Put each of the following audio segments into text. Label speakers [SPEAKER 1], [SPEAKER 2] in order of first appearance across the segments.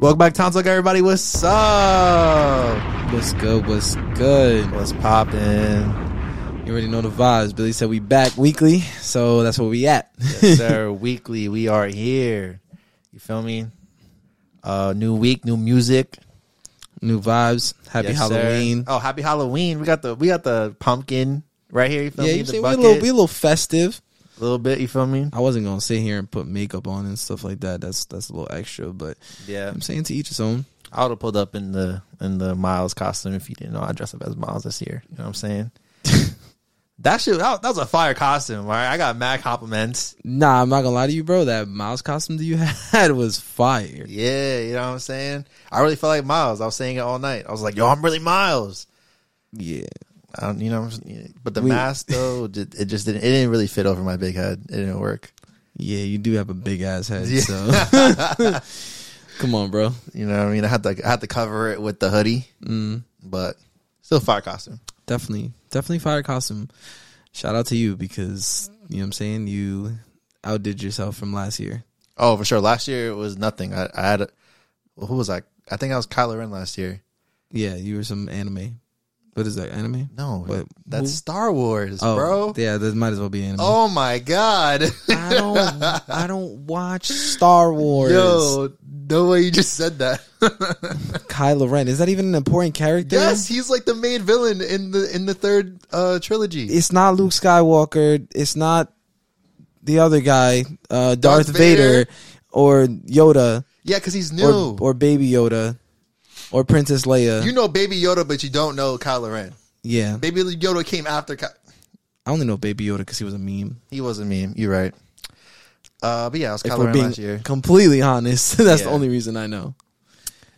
[SPEAKER 1] Welcome back, Towns Like Everybody. What's up?
[SPEAKER 2] What's good? What's good?
[SPEAKER 1] What's poppin'?
[SPEAKER 2] You already know the vibes. Billy said we back weekly, so that's where we at.
[SPEAKER 1] Yes, sir. Weekly, we are here. You feel me? Uh, new week, new music.
[SPEAKER 2] New vibes. Happy
[SPEAKER 1] Yes, sir.
[SPEAKER 2] Halloween.
[SPEAKER 1] Oh, happy Halloween! We got the we got the pumpkin right here. You feel
[SPEAKER 2] yeah,
[SPEAKER 1] me?
[SPEAKER 2] you
[SPEAKER 1] The
[SPEAKER 2] say we a
[SPEAKER 1] bucket.
[SPEAKER 2] little, we a little festive.
[SPEAKER 1] little bit. You feel me?
[SPEAKER 2] I wasn't gonna sit here and put makeup on and stuff like that. That's that's a little extra, but
[SPEAKER 1] Yeah,
[SPEAKER 2] I'm saying to each his own.
[SPEAKER 1] I would have pulled up in the in the Miles costume if you didn't know I dressed up as Miles this year. You know what I'm saying? that shit, that, that was a fire costume. All right, I got mad compliments.
[SPEAKER 2] Nah, I'm not gonna lie to you, bro. That Miles costume that you had was fire.
[SPEAKER 1] Yeah, you know what I'm saying? I really felt like Miles. I was saying it all night. I was like, yo, I'm really Miles.
[SPEAKER 2] Yeah,
[SPEAKER 1] I don't, you know, what I'm saying? but the
[SPEAKER 2] We-
[SPEAKER 1] mask though, ju- it just didn't. It didn't really fit over my big head. It didn't work.
[SPEAKER 2] yeah. You do have a big ass head,
[SPEAKER 1] Yeah.
[SPEAKER 2] so come on, bro.
[SPEAKER 1] You know, what I mean, I had to, I had to cover it with the hoodie,
[SPEAKER 2] Mm,
[SPEAKER 1] but still fire costume.
[SPEAKER 2] definitely, definitely fire costume. Shout out to you because you know what I'm saying you outdid yourself from last year.
[SPEAKER 1] Oh, for sure. Last year it was nothing. I, I had, a, well, who was I? I think I was Kylo Ren last year.
[SPEAKER 2] Yeah, you were some anime. What is that anime?
[SPEAKER 1] No,
[SPEAKER 2] What?
[SPEAKER 1] that's
[SPEAKER 2] Who?
[SPEAKER 1] Star Wars,
[SPEAKER 2] Oh,
[SPEAKER 1] bro.
[SPEAKER 2] Yeah, that might as well be anime.
[SPEAKER 1] Oh my god,
[SPEAKER 2] I don't, I don't watch Star Wars.
[SPEAKER 1] yo, no way you just said that.
[SPEAKER 2] Kylo Ren is that even an important character?
[SPEAKER 1] yes, he's like the main villain in the in the third uh trilogy.
[SPEAKER 2] It's not Luke Skywalker. It's not the other guy, uh, Darth, Vader.
[SPEAKER 1] Vader.
[SPEAKER 2] or Yoda,
[SPEAKER 1] Yeah, because he's new.
[SPEAKER 2] or, or Baby Yoda, or Princess Leia.
[SPEAKER 1] you know Baby Yoda, but you don't know Kylo Ren.
[SPEAKER 2] yeah,
[SPEAKER 1] Baby Yoda came after. Ky-
[SPEAKER 2] I only know Baby Yoda because he was a meme.
[SPEAKER 1] he was a meme. You're right. Uh, but yeah, I was
[SPEAKER 2] If
[SPEAKER 1] Kylo
[SPEAKER 2] we're
[SPEAKER 1] Ren last
[SPEAKER 2] being
[SPEAKER 1] year,
[SPEAKER 2] completely honest, that's
[SPEAKER 1] Yeah.
[SPEAKER 2] the only reason I know.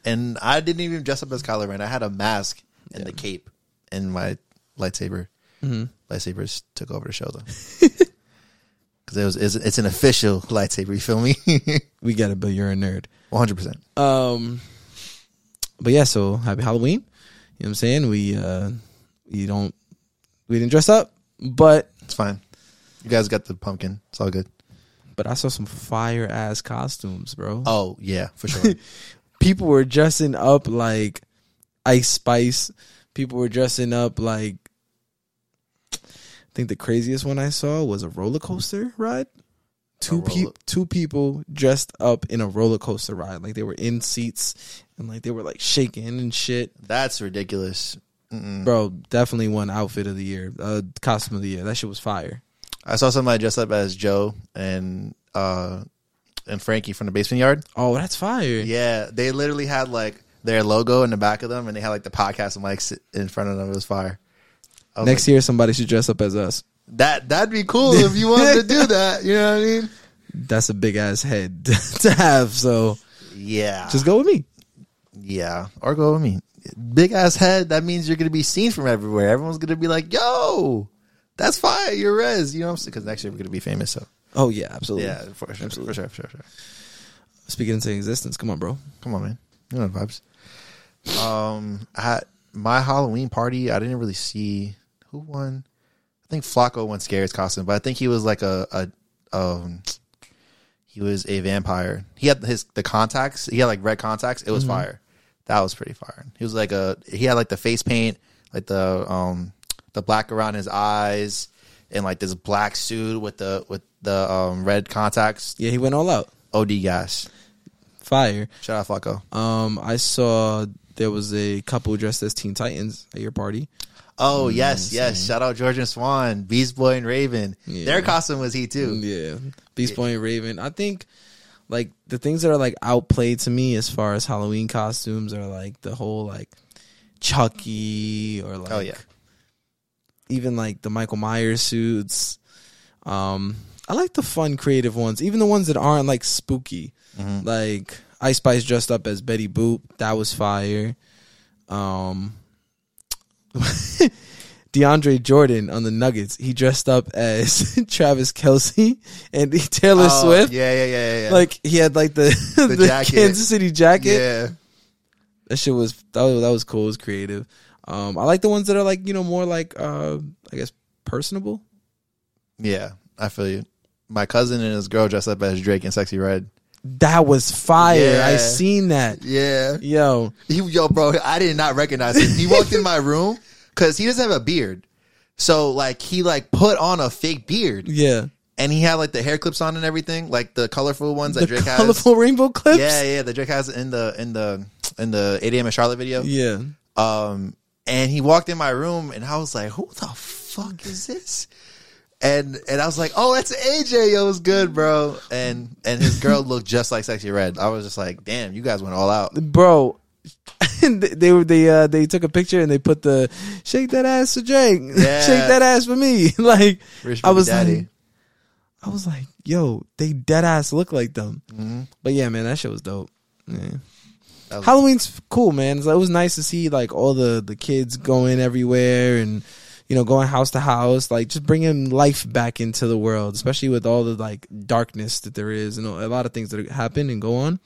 [SPEAKER 1] and I didn't even dress up as Kylo Ren. I had a mask and the cape and my lightsaber.
[SPEAKER 2] Mhm.
[SPEAKER 1] Lightsabers took over the show though, because it was it's, it's an official lightsaber. You feel me?
[SPEAKER 2] We get it, but you're a nerd.
[SPEAKER 1] One hundred percent.
[SPEAKER 2] Um, but yeah, so happy Halloween. You know what I'm saying? We uh, you don't we didn't dress up, but
[SPEAKER 1] It's fine. You guys got the pumpkin. It's all good.
[SPEAKER 2] but I saw some fire ass costumes, bro.
[SPEAKER 1] Oh yeah, for sure.
[SPEAKER 2] People were dressing up like Ice Spice. People were dressing up like. I think the craziest one I saw was a roller coaster ride. Two
[SPEAKER 1] roller-
[SPEAKER 2] people, two people dressed up in a roller coaster ride, like they were in seats and like they were like shaking and shit.
[SPEAKER 1] That's ridiculous. Mm-mm.
[SPEAKER 2] bro definitely won outfit of the year uh costume of the year that shit was fire
[SPEAKER 1] I saw somebody dressed up as Joe and uh and Frankie from the basement yard.
[SPEAKER 2] oh that's fire
[SPEAKER 1] Yeah, they literally had like their logo in the back of them, and they had like the podcast mics in front of them. It was fire. I was
[SPEAKER 2] next year somebody should dress up as us
[SPEAKER 1] like, that that'd be cool if you wanted to do that. You know what I mean?
[SPEAKER 2] that's a big ass head to have so
[SPEAKER 1] Yeah,
[SPEAKER 2] just go with me
[SPEAKER 1] yeah. Or go with me. Big ass head. That means you're gonna be seen from everywhere. Everyone's gonna be like, "Yo, that's fire. You're Rez." You know, because next year we're gonna be famous. So
[SPEAKER 2] oh yeah absolutely
[SPEAKER 1] yeah, for sure, for sure, for sure, for sure.
[SPEAKER 2] speaking into existence come on bro
[SPEAKER 1] Come on, man. You know the vibes. Um, I, my Halloween party, I didn't really see who won. I think Flacco won scariest costume, but I think he was like a, a um, he was a vampire. He had his the contacts. He had like red contacts. It was fire. That was pretty fire. He was like a he had like the face paint, like the um the black around his eyes, and like this black suit with the with the um red contacts.
[SPEAKER 2] yeah he went all out
[SPEAKER 1] OD gas.
[SPEAKER 2] fire
[SPEAKER 1] Shout out Flacco.
[SPEAKER 2] um i saw there was a couple dressed as teen titans at your party
[SPEAKER 1] Oh yes, yes! Shout out George and Swan, Beast Boy and Raven.
[SPEAKER 2] Yeah.
[SPEAKER 1] Their costume was he too.
[SPEAKER 2] Yeah. Beast Boy and Raven. I think like the things that are like outplayed to me as far as Halloween costumes are like the whole like Chucky or like
[SPEAKER 1] Oh, yeah.
[SPEAKER 2] even like the Michael Myers suits. Um I like the fun creative ones, even the ones that aren't like spooky. Like Ice Spice dressed up as Betty Boop, that was fire. Um DeAndre Jordan on the Nuggets. He dressed up as Travis Kelsey and Taylor
[SPEAKER 1] Oh,
[SPEAKER 2] Swift.
[SPEAKER 1] Yeah, yeah, yeah, yeah, yeah.
[SPEAKER 2] Like he had like the the,
[SPEAKER 1] jacket.
[SPEAKER 2] Kansas City jacket.
[SPEAKER 1] yeah,
[SPEAKER 2] That shit was that, was that was cool. It was creative. Um, I like the ones that are like you know more like uh, I guess personable.
[SPEAKER 1] yeah. I feel you. My cousin and his girl dressed up as Drake and Sexy Red.
[SPEAKER 2] That was fire. I
[SPEAKER 1] Yeah.
[SPEAKER 2] seen that.
[SPEAKER 1] Yeah.
[SPEAKER 2] Yo,
[SPEAKER 1] He, yo, bro, I did not recognize him. He walked in my room because he doesn't have a beard. So like he like put on a fake beard
[SPEAKER 2] yeah.
[SPEAKER 1] and he had like the hair clips on and everything, like the colorful ones that
[SPEAKER 2] the
[SPEAKER 1] Drake
[SPEAKER 2] colorful rainbow clips.
[SPEAKER 1] has. Yeah, yeah, that Drake has in the in the in the 8 a.m. in Charlotte video.
[SPEAKER 2] Yeah.
[SPEAKER 1] Um, and he walked in my room, and I was like, "Who the fuck is this?" And and I was like, "Oh, that's AJ. Yo, it's good, bro." And and his girl looked just like Sexy Red. I was just like, "Damn, you guys went all out."
[SPEAKER 2] bro. they they were they uh they took a picture and they put the shake that ass for Drake,
[SPEAKER 1] Yeah.
[SPEAKER 2] shake that ass for me. like
[SPEAKER 1] Rich
[SPEAKER 2] I
[SPEAKER 1] Baby
[SPEAKER 2] was
[SPEAKER 1] Daddy.
[SPEAKER 2] like, I was like, yo, they dead ass look like them.
[SPEAKER 1] Mm-hmm.
[SPEAKER 2] But yeah, man, that shit was dope. Yeah.
[SPEAKER 1] That was-
[SPEAKER 2] Halloween's cool, man. It's like- it was nice to see like all the the kids going everywhere and you know going house to house, like just bringing life back into the world, especially with all the like darkness that there is and a lot of things that happen and go on.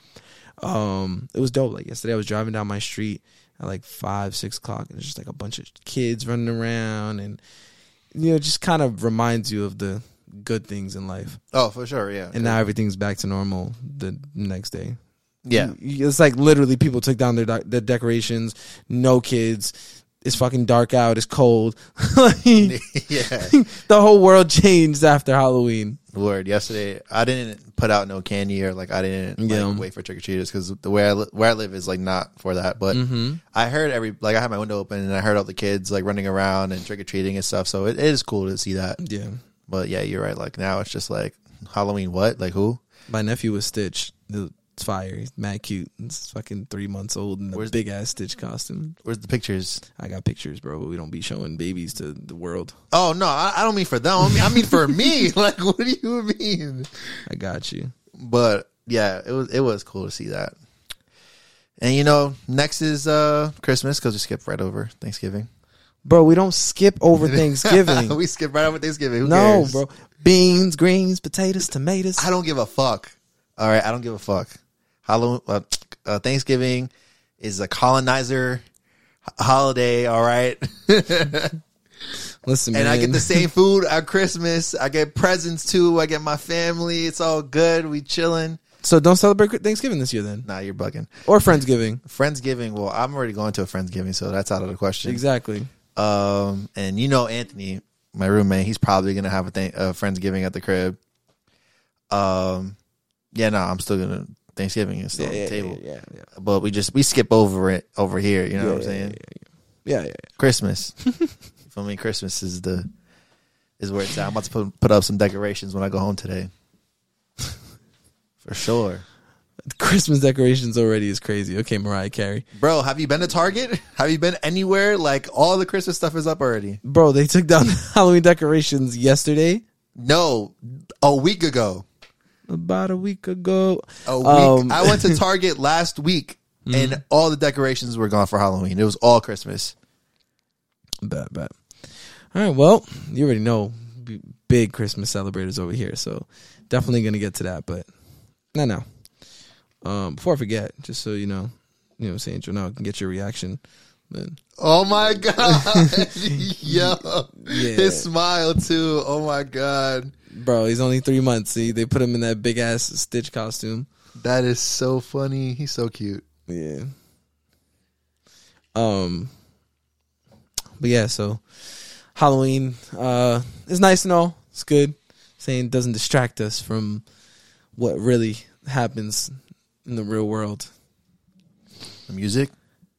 [SPEAKER 2] Um, it was dope. Like yesterday, I was driving down my street at like five, six o'clock, and there's just like a bunch of kids running around, and you know, it just kind of reminds you of the good things in life.
[SPEAKER 1] oh, for sure, yeah,
[SPEAKER 2] And now everything's back to normal the next day.
[SPEAKER 1] yeah,
[SPEAKER 2] You- It's like literally people took down their doc- their decorations. No kids. It's fucking dark out. It's cold. Like,
[SPEAKER 1] yeah.
[SPEAKER 2] the whole world changed after Halloween.
[SPEAKER 1] Lord, yesterday I didn't put out no candy or like I didn't like,
[SPEAKER 2] Yeah.
[SPEAKER 1] wait for trick or treaters because the way I li- where I live is like not for that. But
[SPEAKER 2] Mm-hmm.
[SPEAKER 1] I heard every like I had my window open and I heard all the kids like running around and trick or treating and stuff. So it- it is cool to see that.
[SPEAKER 2] Yeah,
[SPEAKER 1] But yeah, you're right. Like now it's just like Halloween what? Like who?
[SPEAKER 2] my nephew was Stitch. It's fire. He's mad cute. It's fucking three months old in a
[SPEAKER 1] Where's-
[SPEAKER 2] big ass Stitch costume.
[SPEAKER 1] Where's the pictures?
[SPEAKER 2] I got pictures, bro. But we don't be showing babies to the world.
[SPEAKER 1] Oh no, I, I don't mean for them. I mean, I mean for me. Like what do you mean?
[SPEAKER 2] I got you.
[SPEAKER 1] But yeah, it was it was cool to see that. And you know, next is uh Christmas because we skipped right over Thanksgiving.
[SPEAKER 2] Bro, we don't skip over Thanksgiving.
[SPEAKER 1] we skipped right over Thanksgiving. Who
[SPEAKER 2] no,
[SPEAKER 1] cares?
[SPEAKER 2] bro. Beans, greens, potatoes, tomatoes.
[SPEAKER 1] I don't give a fuck. All right, I don't give a fuck. Halloween, uh, uh, Thanksgiving is a colonizer h- holiday. All right.
[SPEAKER 2] Listen,
[SPEAKER 1] and
[SPEAKER 2] man.
[SPEAKER 1] I get the same food at Christmas. I get presents too. I get my family. It's all good. We chilling.
[SPEAKER 2] So don't celebrate Thanksgiving this year then,
[SPEAKER 1] Nah, you're bugging.
[SPEAKER 2] or Friendsgiving.
[SPEAKER 1] Friendsgiving. Well, I'm already going to a friendsgiving, so that's out of the question.
[SPEAKER 2] Exactly.
[SPEAKER 1] Um, and you know Anthony, my roommate, he's probably gonna have a, th- a friendsgiving at the crib. Um, yeah, no, I'm still gonna Thanksgiving is still on the table,
[SPEAKER 2] Yeah, yeah,
[SPEAKER 1] but we just we skip over it over here. You know
[SPEAKER 2] yeah,
[SPEAKER 1] what I'm saying?
[SPEAKER 2] yeah, yeah, yeah.
[SPEAKER 1] Christmas. you feel me? Christmas is the is where it's at. I'm about to put put up some decorations when I go home today. For sure.
[SPEAKER 2] The Christmas decorations already is crazy. Okay, Mariah Carey,
[SPEAKER 1] Bro, have you been to Target? Have you been anywhere? Like all the Christmas stuff is up already.
[SPEAKER 2] bro, they took down the Halloween decorations yesterday,
[SPEAKER 1] No, a week ago.
[SPEAKER 2] about a week ago.
[SPEAKER 1] A week.
[SPEAKER 2] Um, Mm-hmm.
[SPEAKER 1] I went to Target last week and all the decorations were gone for Halloween. It was all Christmas.
[SPEAKER 2] Bet, bet. All right, well, you already know, b- big Christmas celebrators over here, so definitely gonna get to that. But no, no. Um, before I forget, just so you know, you know, what I'm saying Janelle can get your reaction. But
[SPEAKER 1] Oh my god. Yo.
[SPEAKER 2] Yeah.
[SPEAKER 1] His smile too. Oh my god.
[SPEAKER 2] Bro, he's only three months. See, they put him in that big ass Stitch costume.
[SPEAKER 1] That is so funny. He's so cute.
[SPEAKER 2] Yeah. Um. But yeah, so Halloween uh is nice and all. It's good. Saying doesn't distract us from what really happens in the real world.
[SPEAKER 1] The music?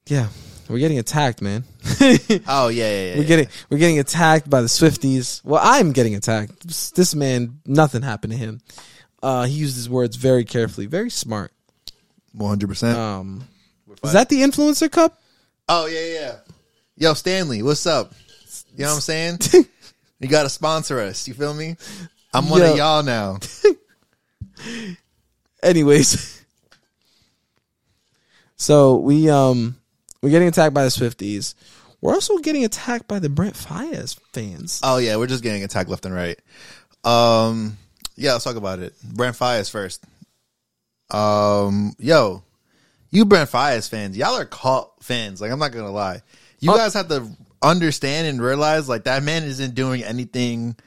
[SPEAKER 2] Yeah, we're getting attacked, man.
[SPEAKER 1] Oh yeah, yeah, yeah.
[SPEAKER 2] We're getting we're getting attacked by the Swifties. Well, I'm getting attacked. This- This man, nothing happened to him. Uh, he used his words very carefully, very smart.
[SPEAKER 1] one hundred percent.
[SPEAKER 2] Um, is that the influencer cup?
[SPEAKER 1] Oh yeah, yeah, yeah. Yo, Stanley, what's up? You know what I'm saying? you gotta sponsor us. You feel me? I'm one
[SPEAKER 2] Yo.
[SPEAKER 1] of y'all now.
[SPEAKER 2] Anyways, so we um we're getting attacked by the Swifties. We're also getting attacked by the Brent Fires fans.
[SPEAKER 1] Oh yeah, we're just getting attacked left and right. Um, yeah, let's talk about it. Brent Fias first. Um, yo, you Brent Fias fans, y'all are cult fans. Like I'm not gonna lie, you
[SPEAKER 2] Oh.
[SPEAKER 1] guys have to understand and realize like that man isn't doing anything,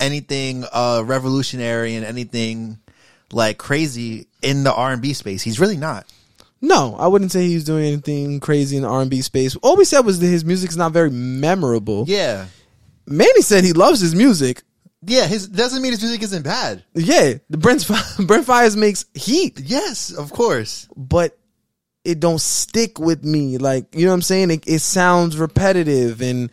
[SPEAKER 1] anything uh revolutionary and anything like crazy in the R and B space. He's really not.
[SPEAKER 2] No, I wouldn't say he was doing anything crazy in the R&B space. All we said was that his music's not very memorable.
[SPEAKER 1] Yeah,
[SPEAKER 2] Manny said he loves his music.
[SPEAKER 1] yeah. His doesn't mean his music isn't bad.
[SPEAKER 2] Yeah, the Brent, Brent Fires makes heat,
[SPEAKER 1] Yes, of course.
[SPEAKER 2] but it don't stick with me. Like, you know what I'm saying? It, it sounds repetitive and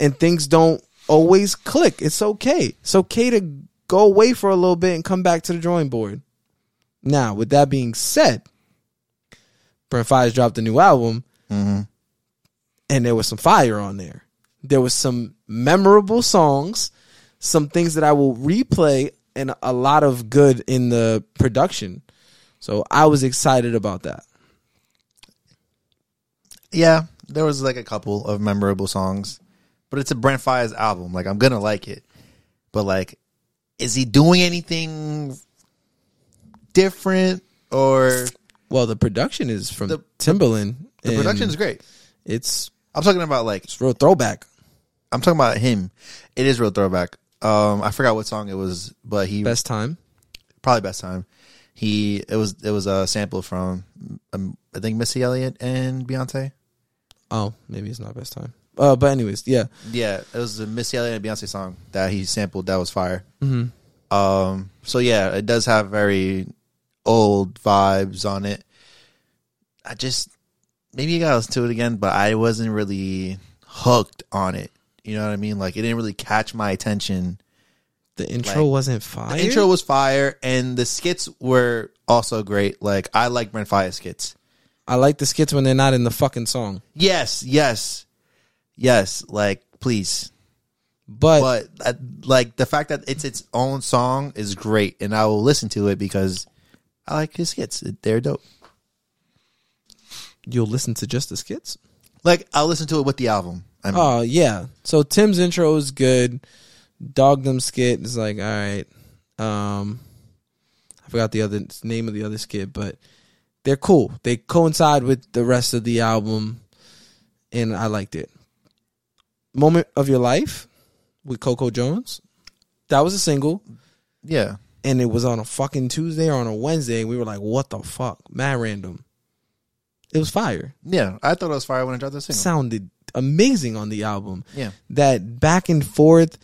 [SPEAKER 2] and things don't always click. It's okay. It's okay to go away for a little bit and come back to the drawing board. Now, with that being said, Brent Fires dropped a new album and there was some fire on there. There was some memorable songs, some things that I will replay, and a lot of good in the production. So I was excited about that.
[SPEAKER 1] Yeah, there was like a couple of memorable songs, but it's a Brent Fires album. Like I'm gonna like it, but like, is he doing anything different or
[SPEAKER 2] Well, the production is from
[SPEAKER 1] The-
[SPEAKER 2] Timbaland.
[SPEAKER 1] the production is great?
[SPEAKER 2] it's
[SPEAKER 1] I'm talking about like
[SPEAKER 2] it's real throwback.
[SPEAKER 1] I'm talking about him. It is real throwback. Um, I forgot what song it was, but he
[SPEAKER 2] Best time.
[SPEAKER 1] probably best time. He it was it was a sample from um, I think Missy Elliott and Beyonce.
[SPEAKER 2] Oh, maybe it's not best time. Uh, but anyways, yeah,
[SPEAKER 1] Yeah, it was a Missy Elliott and Beyonce song that he sampled that was fire. Mm-hmm. Um, so yeah, it does have very old vibes on it. I just maybe I gotta listen to it again, but I wasn't really hooked on it. You know what I mean? Like it didn't really catch my attention.
[SPEAKER 2] the intro
[SPEAKER 1] Like,
[SPEAKER 2] wasn't fire.
[SPEAKER 1] The intro was fire, and the skits were also great. Like I like Brent Fire skits.
[SPEAKER 2] I like the skits when they're not in the fucking song,
[SPEAKER 1] Yes, yes, yes. Like please,
[SPEAKER 2] but,
[SPEAKER 1] but uh, like the fact that it's its own song is great, and I will listen to it because I like his skits. They're dope.
[SPEAKER 2] you'll listen to just the skits.
[SPEAKER 1] Like I'll listen to it with the album. I mean,
[SPEAKER 2] Oh yeah. So Tim's intro is good. Dogdom skit is like all right. Um, I forgot the other name of the other skit, but they're cool. They coincide with the rest of the album, and I liked it. Moment of your life with Coco Jones. That was a single,
[SPEAKER 1] yeah,
[SPEAKER 2] and it was on a fucking Tuesday or on a Wednesday. And we were like, "What the fuck?" Mad random. It was fire.
[SPEAKER 1] yeah. I thought it was fire when I dropped the single.
[SPEAKER 2] Sounded amazing on the album
[SPEAKER 1] yeah,
[SPEAKER 2] that back and forth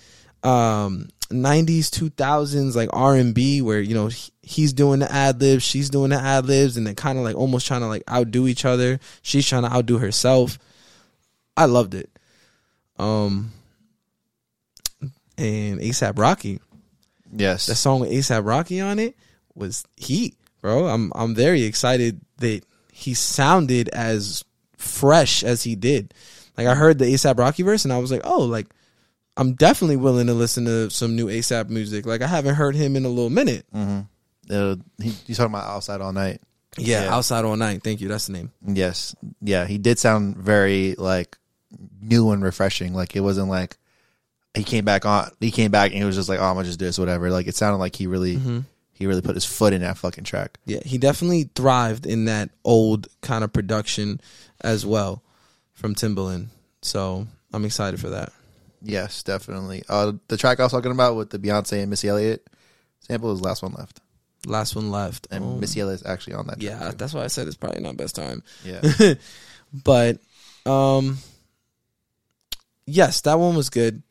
[SPEAKER 2] um 90s 2000s like r&b where you know he- he's doing the ad libs she's doing the ad libs and they're kind of like almost trying to like outdo each other she's trying to outdo herself i loved it um and asap rocky
[SPEAKER 1] yes.
[SPEAKER 2] that song with asap rocky on it was heat bro i'm i'm very excited that he sounded as fresh as he did like I heard the ASAP Rocky verse and I was like, oh, like I'm definitely willing to listen to some new ASAP music. Like I haven't heard him in a little minute.
[SPEAKER 1] Mm-hmm. Uh, he, he's talking about outside all night.
[SPEAKER 2] Yeah,
[SPEAKER 1] Yeah.
[SPEAKER 2] outside all night. Thank you. That's the name.
[SPEAKER 1] Yes. Yeah, he did sound very like new and refreshing. Like it wasn't like he came back on he came back and he was just like, Oh, I'm gonna just do this, whatever. Like it sounded like he really
[SPEAKER 2] Mm-hmm.
[SPEAKER 1] he really put his foot in that fucking track.
[SPEAKER 2] Yeah, he definitely thrived in that old kind of production as well from Timbaland. So I'm excited for that.
[SPEAKER 1] Yes, definitely. Uh the track I was talking about with the Beyonce and Missy Elliott sample is the last one left.
[SPEAKER 2] Last one left.
[SPEAKER 1] And
[SPEAKER 2] Oh,
[SPEAKER 1] Missy Elliott's actually on that track.
[SPEAKER 2] yeah, that's why I said it's probably not best time.
[SPEAKER 1] Yeah.
[SPEAKER 2] but um yes, that one was good.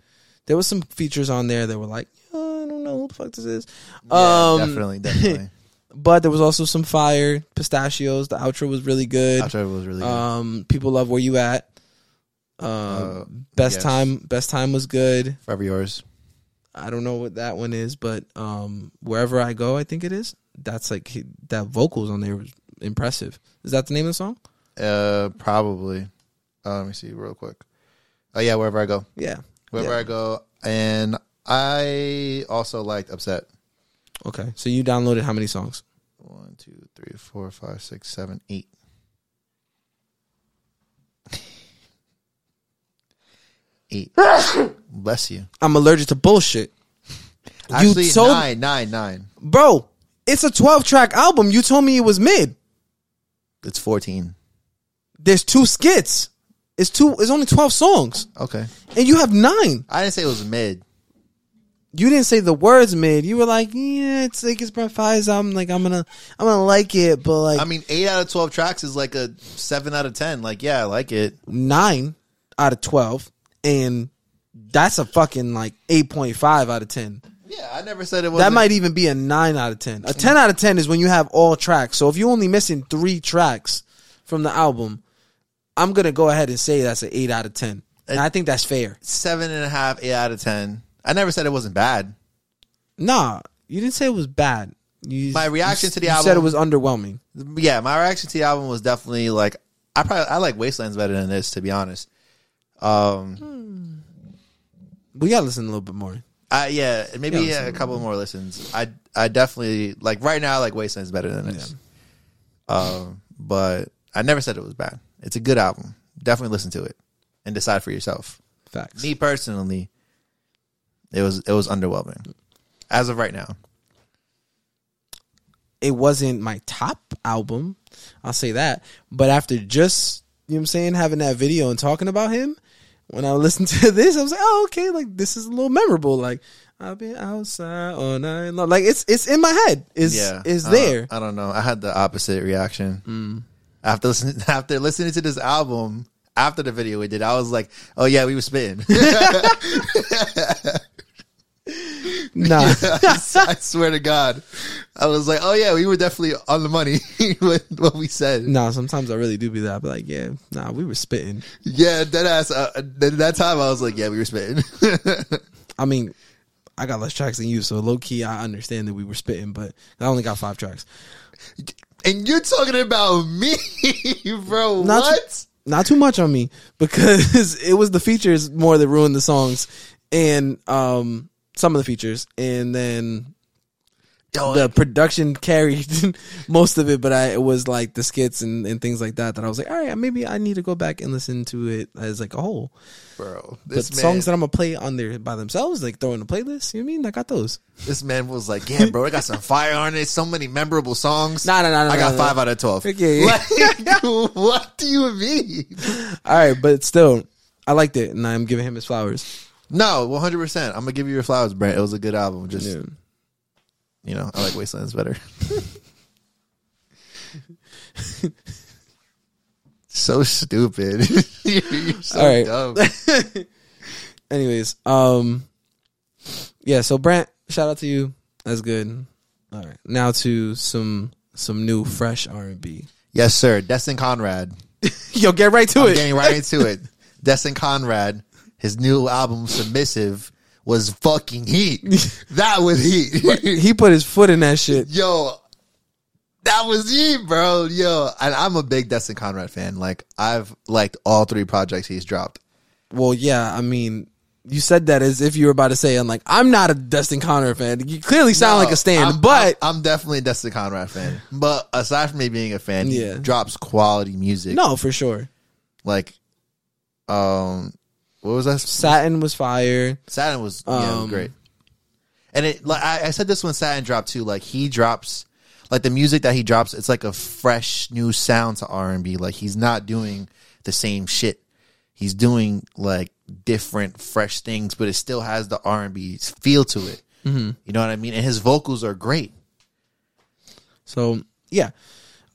[SPEAKER 2] There was some features on there that were like, "Uh, I don't know who the fuck this is.
[SPEAKER 1] Yeah,
[SPEAKER 2] um
[SPEAKER 1] definitely, definitely.
[SPEAKER 2] but there was also some fire pistachios. The outro was really good.
[SPEAKER 1] That track was really good.
[SPEAKER 2] Um people love where you at. Um
[SPEAKER 1] Uh,
[SPEAKER 2] best
[SPEAKER 1] yes.
[SPEAKER 2] time best time was good.
[SPEAKER 1] Forever yours.
[SPEAKER 2] I don't know what that one is, but um wherever I go, I think it is. That's like he, that vocals on there was impressive. Is that the name of the song?
[SPEAKER 1] Uh probably. Uh, let me see real quick. Oh yeah, wherever I go.
[SPEAKER 2] Yeah.
[SPEAKER 1] wherever
[SPEAKER 2] Yeah.
[SPEAKER 1] I go. And I also liked Upset.
[SPEAKER 2] Okay. So you downloaded how many songs?
[SPEAKER 1] One, two, three, four, five, six, seven, eight. Eight. Bless you.
[SPEAKER 2] I'm allergic to bullshit.
[SPEAKER 1] Actually,
[SPEAKER 2] you told
[SPEAKER 1] nine, nine, nine.
[SPEAKER 2] bro, it's a 12 track album. You told me it was mid.
[SPEAKER 1] It's fourteen.
[SPEAKER 2] There's two skits. It's two. It's only 12 songs,
[SPEAKER 1] Okay.
[SPEAKER 2] and you have nine.
[SPEAKER 1] I didn't say it was mid.
[SPEAKER 2] you didn't say the words mid. You were like, yeah, it's like it's Brent Fires. I'm like, I'm gonna, I'm gonna like it, but like
[SPEAKER 1] I mean, eight out of twelve tracks is like a seven out of ten. Like, yeah, I like it.
[SPEAKER 2] nine out of twelve, and that's a fucking like eight point five out of ten.
[SPEAKER 1] Yeah, I never said it was
[SPEAKER 2] That might even be a nine out of ten. A ten out of ten is when you have all tracks. So if you're only missing three tracks from the album, I'm gonna go ahead and say that's an eight out of ten. And I think that's fair.
[SPEAKER 1] seven and a half, eight out of ten. I never said it wasn't bad.
[SPEAKER 2] Nah, you didn't say it was bad. You,
[SPEAKER 1] My
[SPEAKER 2] you
[SPEAKER 1] reaction
[SPEAKER 2] s-
[SPEAKER 1] to the
[SPEAKER 2] you
[SPEAKER 1] album-
[SPEAKER 2] said it was underwhelming.
[SPEAKER 1] Yeah, my reaction to the album was definitely like I probably I like Wastelands better than this, to be honest. Um,
[SPEAKER 2] We gotta listen a little bit more.
[SPEAKER 1] I, yeah, maybe
[SPEAKER 2] Yeah,
[SPEAKER 1] a couple more listens. I I definitely like right now I like Wastelands better than this. Um, but I never said it was bad. It's a good album. Definitely listen to it and decide for yourself.
[SPEAKER 2] Facts.
[SPEAKER 1] Me personally, it was it was underwhelming as of right now.
[SPEAKER 2] it wasn't my top album. I'll say that. But after just, you know what I'm saying, having that video and talking about him, when I listened to this, I was like, oh, okay, like this is a little memorable. Like, I've been outside all night long. Like it's it's in my head. Is
[SPEAKER 1] yeah, uh,
[SPEAKER 2] is
[SPEAKER 1] I don't-
[SPEAKER 2] there. Mm.
[SPEAKER 1] I don't know. I had the opposite reaction after listening after listening to this album after the video we did. I was like, "Oh yeah, we were spitting."
[SPEAKER 2] Nah.
[SPEAKER 1] I swear to God, I was like, "Oh yeah, we were definitely on the money with what we said."
[SPEAKER 2] nah, sometimes I really do be that. But like, yeah, nah, we were spitting.
[SPEAKER 1] Yeah, that ass. Uh, that that time, I was like, "Yeah, we were spitting."
[SPEAKER 2] I mean, I got less tracks than you, so low key I understand that we were spitting, but I only got five tracks.
[SPEAKER 1] and you're talking about me, bro?
[SPEAKER 2] Not
[SPEAKER 1] what?
[SPEAKER 2] Too, not too much on me because it was the features more that ruined the songs and um some of the features and then
[SPEAKER 1] Yo,
[SPEAKER 2] the production carried most of it but I it was like the skits and, and things like that that I was like all right maybe I need to go back and listen to it as like a whole
[SPEAKER 1] bro,
[SPEAKER 2] but
[SPEAKER 1] this man,
[SPEAKER 2] songs that I'm gonna play on there by themselves like throw in a playlist you know what I mean I got those
[SPEAKER 1] this man was like, "Yeah, bro, I got some fire on it. So many memorable songs."
[SPEAKER 2] no no no no
[SPEAKER 1] I got
[SPEAKER 2] no, no.
[SPEAKER 1] five out of twelve.
[SPEAKER 2] Okay.
[SPEAKER 1] Like, what do you mean?
[SPEAKER 2] all right but still I liked it and I'm giving him his flowers
[SPEAKER 1] No, one hundred percent. I'm gonna give you your flowers, Brent. It was a good album. Just
[SPEAKER 2] yeah.
[SPEAKER 1] you know, I like Wastelands better. so stupid. You're so
[SPEAKER 2] All right.
[SPEAKER 1] dumb.
[SPEAKER 2] anyways um yeah so brent shout out to you that's good all right now to some some new fresh r&b
[SPEAKER 1] Yes, sir. Destin Conrad.
[SPEAKER 2] yo get right to
[SPEAKER 1] I'm
[SPEAKER 2] it
[SPEAKER 1] getting right into it. Destin Conrad, his new album Submissive was fucking heat. That was heat.
[SPEAKER 2] he put his foot in that shit
[SPEAKER 1] yo, that was it, bro. Yo, and I'm a big Destin Conrad fan. Like I've liked all three projects he's dropped.
[SPEAKER 2] well yeah i mean you said that as if you were about to say i'm like i'm not a dustin connor fan you clearly sound like
[SPEAKER 1] No,
[SPEAKER 2] a stand
[SPEAKER 1] I'm-
[SPEAKER 2] but
[SPEAKER 1] I'm, I'm definitely a Destin Conrad fan. But aside from me being a fan,
[SPEAKER 2] Yeah.
[SPEAKER 1] he drops quality music.
[SPEAKER 2] no for sure
[SPEAKER 1] like, um, what was that?
[SPEAKER 2] satin was fire
[SPEAKER 1] Saturn was yeah, it was
[SPEAKER 2] Um,
[SPEAKER 1] great. And it like I, I said this when Saturn dropped too. Like he drops like the music that he drops, it's like a fresh new sound to R and B. Like he's not doing the same shit. He's doing like different fresh things, but it still has the R and B feel to it. You know what I mean? And his vocals are great.
[SPEAKER 2] So yeah,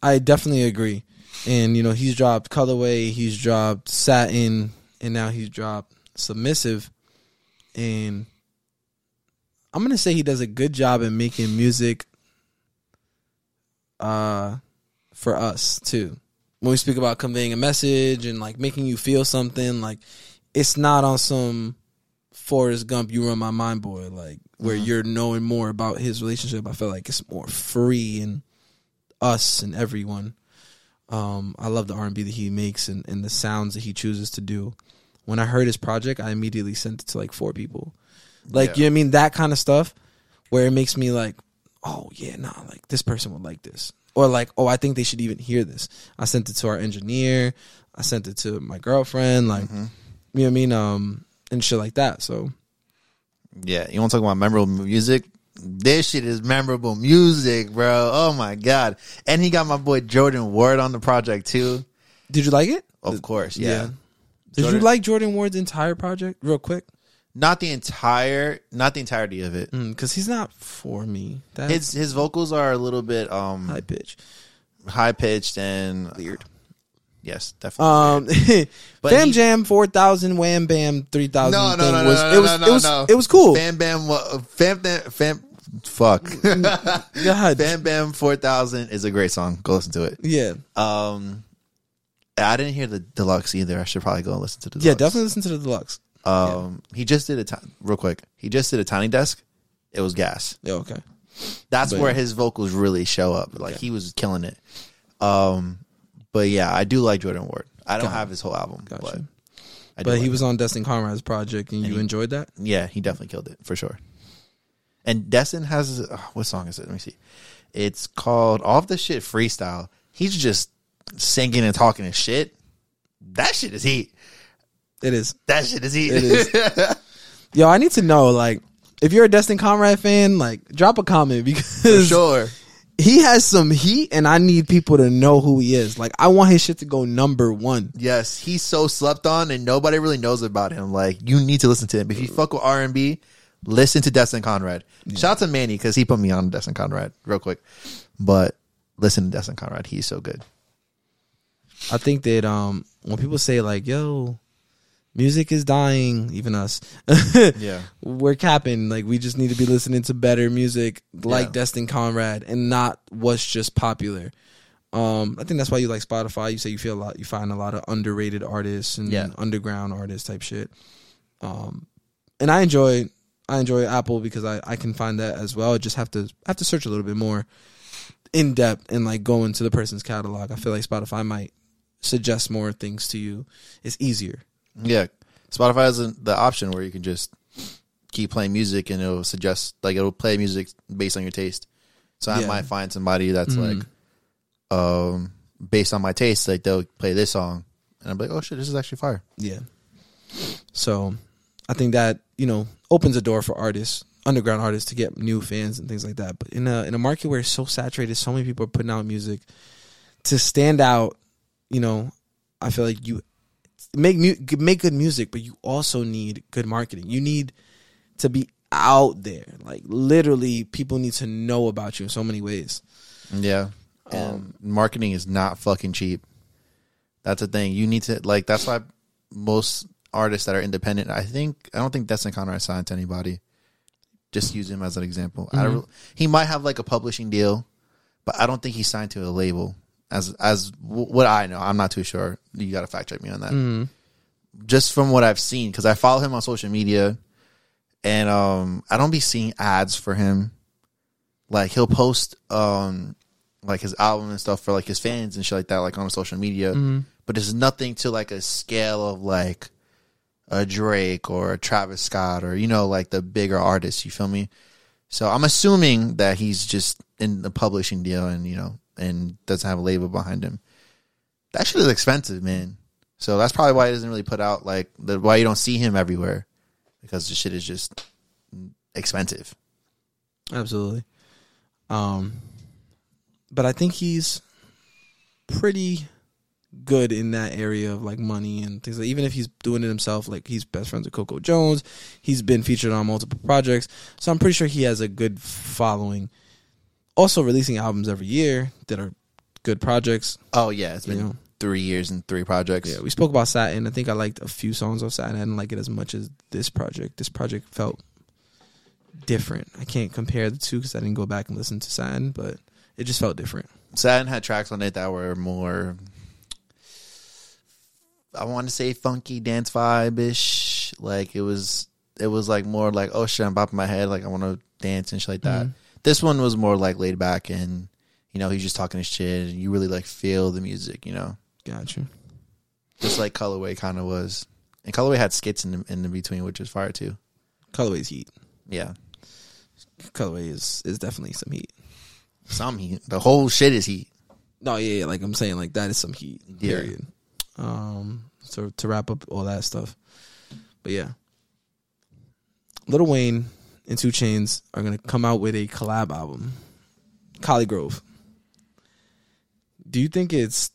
[SPEAKER 2] I definitely agree. And you know, he's dropped colorway, he's dropped satin, and now he's dropped submissive. And I'm gonna say he does a good job in making music uh for us too. When we speak about conveying a message and like making you feel something, like it's not on some Forrest Gump, you run my mind, boy, like where you're knowing more about his relationship. I feel like it's more free and us and everyone. Um, I love the R and B that he makes and, and the sounds that he chooses to do. When I heard his project, I immediately sent it to like four people. Like you know what I mean? That kind of stuff where it makes me like, Oh yeah, nah, like this person would like this. Or like, oh, I think they should even hear this. I sent it to our engineer, I sent it to my girlfriend, like
[SPEAKER 1] Mm-hmm.
[SPEAKER 2] you know what I mean? Um and shit like that. So
[SPEAKER 1] Yeah, you want to talk about memorable music? This shit is memorable music, bro. Oh my god! And he got my boy Jordan Ward on the project too.
[SPEAKER 2] did you like it?
[SPEAKER 1] Of course, yeah.
[SPEAKER 2] Did
[SPEAKER 1] Jordan-
[SPEAKER 2] you like Jordan Ward's entire project? Real quick.
[SPEAKER 1] Not the entire, not the entirety of it.
[SPEAKER 2] because Mm, he's not for me. That's
[SPEAKER 1] His his vocals are a little bit um
[SPEAKER 2] high pitch.
[SPEAKER 1] high pitched and
[SPEAKER 2] Weird.
[SPEAKER 1] Yes, definitely.
[SPEAKER 2] Um,
[SPEAKER 1] But
[SPEAKER 2] Fam
[SPEAKER 1] he-
[SPEAKER 2] Jam four thousand, Wham Bam three thousand.
[SPEAKER 1] No, no, no, no,
[SPEAKER 2] was,
[SPEAKER 1] no,
[SPEAKER 2] it was,
[SPEAKER 1] no,
[SPEAKER 2] it
[SPEAKER 1] no,
[SPEAKER 2] was,
[SPEAKER 1] no.
[SPEAKER 2] It was cool.
[SPEAKER 1] Fam Bam, wa- Fam Bam, Fam, fuck.
[SPEAKER 2] God,
[SPEAKER 1] Fam Bam 4000 is a great song. Go listen to it.
[SPEAKER 2] yeah,
[SPEAKER 1] Um, I didn't hear the deluxe either. I should probably go and listen to the deluxe.
[SPEAKER 2] yeah. Definitely listen to the deluxe.
[SPEAKER 1] Um, he just did a ti- real quick. He just did a tiny desk. It was gas.
[SPEAKER 2] Yeah, okay.
[SPEAKER 1] That's
[SPEAKER 2] But-
[SPEAKER 1] where his vocals really show up. Like he was killing it. Um, but yeah, I do like Jordan Ward. I don't have his whole album,
[SPEAKER 2] Gotcha.
[SPEAKER 1] but I do
[SPEAKER 2] But he
[SPEAKER 1] like-
[SPEAKER 2] was on Destin Conrad's project, and, you enjoyed that.
[SPEAKER 1] yeah, he definitely killed it for sure. And Destin has uh, what song is it? Let me see. It's called "Off the Shit Freestyle." He's just singing and talking and shit. That shit is heat.
[SPEAKER 2] It is.
[SPEAKER 1] That shit is heat.
[SPEAKER 2] It is. Yo, I need to know, like, if you're a Destin Conrad fan, like, drop a comment
[SPEAKER 1] for
[SPEAKER 2] because
[SPEAKER 1] sure.
[SPEAKER 2] he has some heat, and I need people to know who he is. Like, I want his shit to go number one.
[SPEAKER 1] Yes, he's so slept on, and nobody really knows about him. Like you need to listen to him. If you fuck with R and B, listen to Destin Conrad. Shout out to Manny because he put me on Destin Conrad real quick. But listen to Destin Conrad. He's so good.
[SPEAKER 2] I think that um, when people say like, "Yo, music is dying," even us,
[SPEAKER 1] Yeah.
[SPEAKER 2] we're capping. Like, we just need to be listening to better music, like
[SPEAKER 1] Yeah.
[SPEAKER 2] Destin Conrad, and not what's just popular. Um, I think that's why you like Spotify. You say you feel a lot, you find a lot of underrated artists and
[SPEAKER 1] Yeah.
[SPEAKER 2] underground artists type shit. Um, and I enjoy, I enjoy Apple because I I can find that as well. I just have to I have to search a little bit more in depth and like go into the person's catalog. I feel like Spotify might suggest more things to you. It's easier.
[SPEAKER 1] Yeah, Spotify has an- the option where you can just keep playing music and it'll suggest like it'll play music based on your taste. So I
[SPEAKER 2] Yeah.
[SPEAKER 1] might find somebody that's
[SPEAKER 2] Mhm.
[SPEAKER 1] like, um, based on my taste, like they'll play this song, and I'm like, oh shit, this is actually fire.
[SPEAKER 2] Yeah. So I think that, you know, opens a door for artists, underground artists to get new fans and things like that. But in a in a market where it's so saturated, so many people are putting out music to stand out, you know, I feel like you make mu- make good music, but you also need good marketing. You need to be out there. Like literally people need to know about you in so many ways.
[SPEAKER 1] Yeah. And marketing is not fucking cheap. That's the thing. You need to like that's why most artists that are independent, I think I don't think Destin Conrad signed to anybody. Just use him as an example. I don't, he might have like a publishing deal, but I don't think he signed to a label. As as w- what I know, I'm not too sure. You got to fact check me on that. Just from what I've seen, because I follow him on social media, and um, I don't be seeing ads for him. Like he'll post um like his album and stuff for like his fans and shit like that, like on social media. But there's nothing to like a scale of like a Drake or a Travis Scott or you know like the bigger artists. You feel me? So I'm assuming that he's just in the publishing deal and you know and doesn't have a label behind him. That shit is expensive, man. So that's probably why he doesn't really put out like the, why you don't see him everywhere because the shit is just expensive.
[SPEAKER 2] Absolutely. Um, but I think he's pretty good in that area of like money and things. Like, even if he's doing it himself, like he's best friends with Coco Jones, he's been featured on multiple projects, so I'm pretty sure he has a good following. Also, releasing albums every year that are good projects.
[SPEAKER 1] Oh yeah, it's been
[SPEAKER 2] Yeah.
[SPEAKER 1] three years and three projects.
[SPEAKER 2] Yeah, we spoke about Satin. I think I liked a few songs off Satin. I didn't like it as much as this project. This project felt different. I can't compare the two because I didn't go back and listen to Satin, but it just felt different.
[SPEAKER 1] Satin had tracks on it that were more, I want to say, funky dance vibe ish. Like it was, it was like more like, oh shit, I'm bopping my head, like I want to dance and shit like
[SPEAKER 2] Mm-hmm.
[SPEAKER 1] that. This one was more like laid back and, you know, he's just talking his shit, and you really like feel the music, you know,
[SPEAKER 2] Gotcha.
[SPEAKER 1] just like Colorway kind of was. And Colorway had skits in the, in the between, which was fire too.
[SPEAKER 2] Colorway's heat.
[SPEAKER 1] Yeah,
[SPEAKER 2] Colorway is is definitely some heat.
[SPEAKER 1] some heat. The whole shit is heat.
[SPEAKER 2] No, yeah, yeah, like I'm saying, like that is some heat.
[SPEAKER 1] Yeah.
[SPEAKER 2] Period. Um, so to wrap up all that stuff, but yeah, Little Wayne and Two Chains are gonna come out with a collab album, Collie Grove. Do you think it's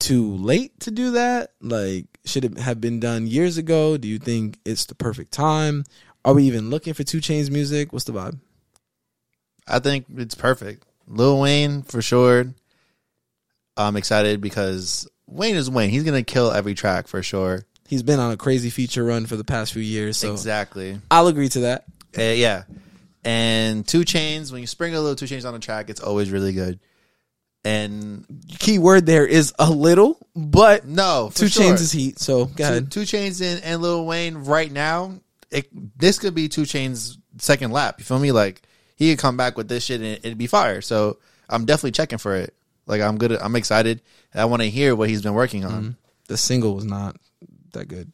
[SPEAKER 2] too late to do that? Like, Should it have been done years ago? Do you think it's the perfect time? Are we even looking for Two Chains music? What's the vibe?
[SPEAKER 1] I think it's perfect. Lil Wayne for sure. I'm excited because Wayne is Wayne. He's gonna kill every track for sure.
[SPEAKER 2] He's been on a crazy feature run for the past few years, so
[SPEAKER 1] Exactly.
[SPEAKER 2] I'll agree to that.
[SPEAKER 1] Uh, yeah. And two chains, when you sprinkle a little two chains on a track, it's always really good. And
[SPEAKER 2] Key word there is a little, but
[SPEAKER 1] no, for
[SPEAKER 2] Two
[SPEAKER 1] sure.
[SPEAKER 2] Chains is heat. So go
[SPEAKER 1] two,
[SPEAKER 2] ahead.
[SPEAKER 1] two chains and, and Lil Wayne right now. It, this could be two chains second lap. You feel me? Like he could come back with this shit and it'd be fire. So I'm definitely checking for it. Like I'm good. I'm excited. I want to hear what he's been working on.
[SPEAKER 2] The single was not that good.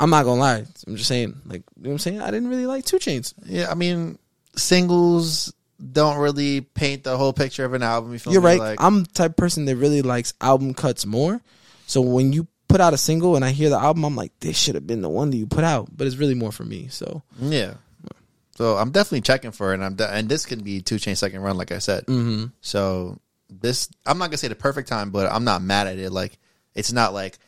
[SPEAKER 2] I'm not gonna lie. I'm just saying, like you know what I'm saying. I didn't really like Two Chains.
[SPEAKER 1] Yeah, I mean, singles don't really paint the whole picture of an album. You feel
[SPEAKER 2] You're
[SPEAKER 1] me?
[SPEAKER 2] right.
[SPEAKER 1] Like,
[SPEAKER 2] I'm the type of person that really likes album cuts more. So when you put out a single and I hear the album, I'm like, this should have been the one that you put out. But it's really more for me. So
[SPEAKER 1] yeah. So I'm definitely checking for it, and I'm de- and this can be two chain second run, like I said. Mm-hmm. So this, I'm not gonna say the perfect time, but I'm not mad at it. Like it's not like,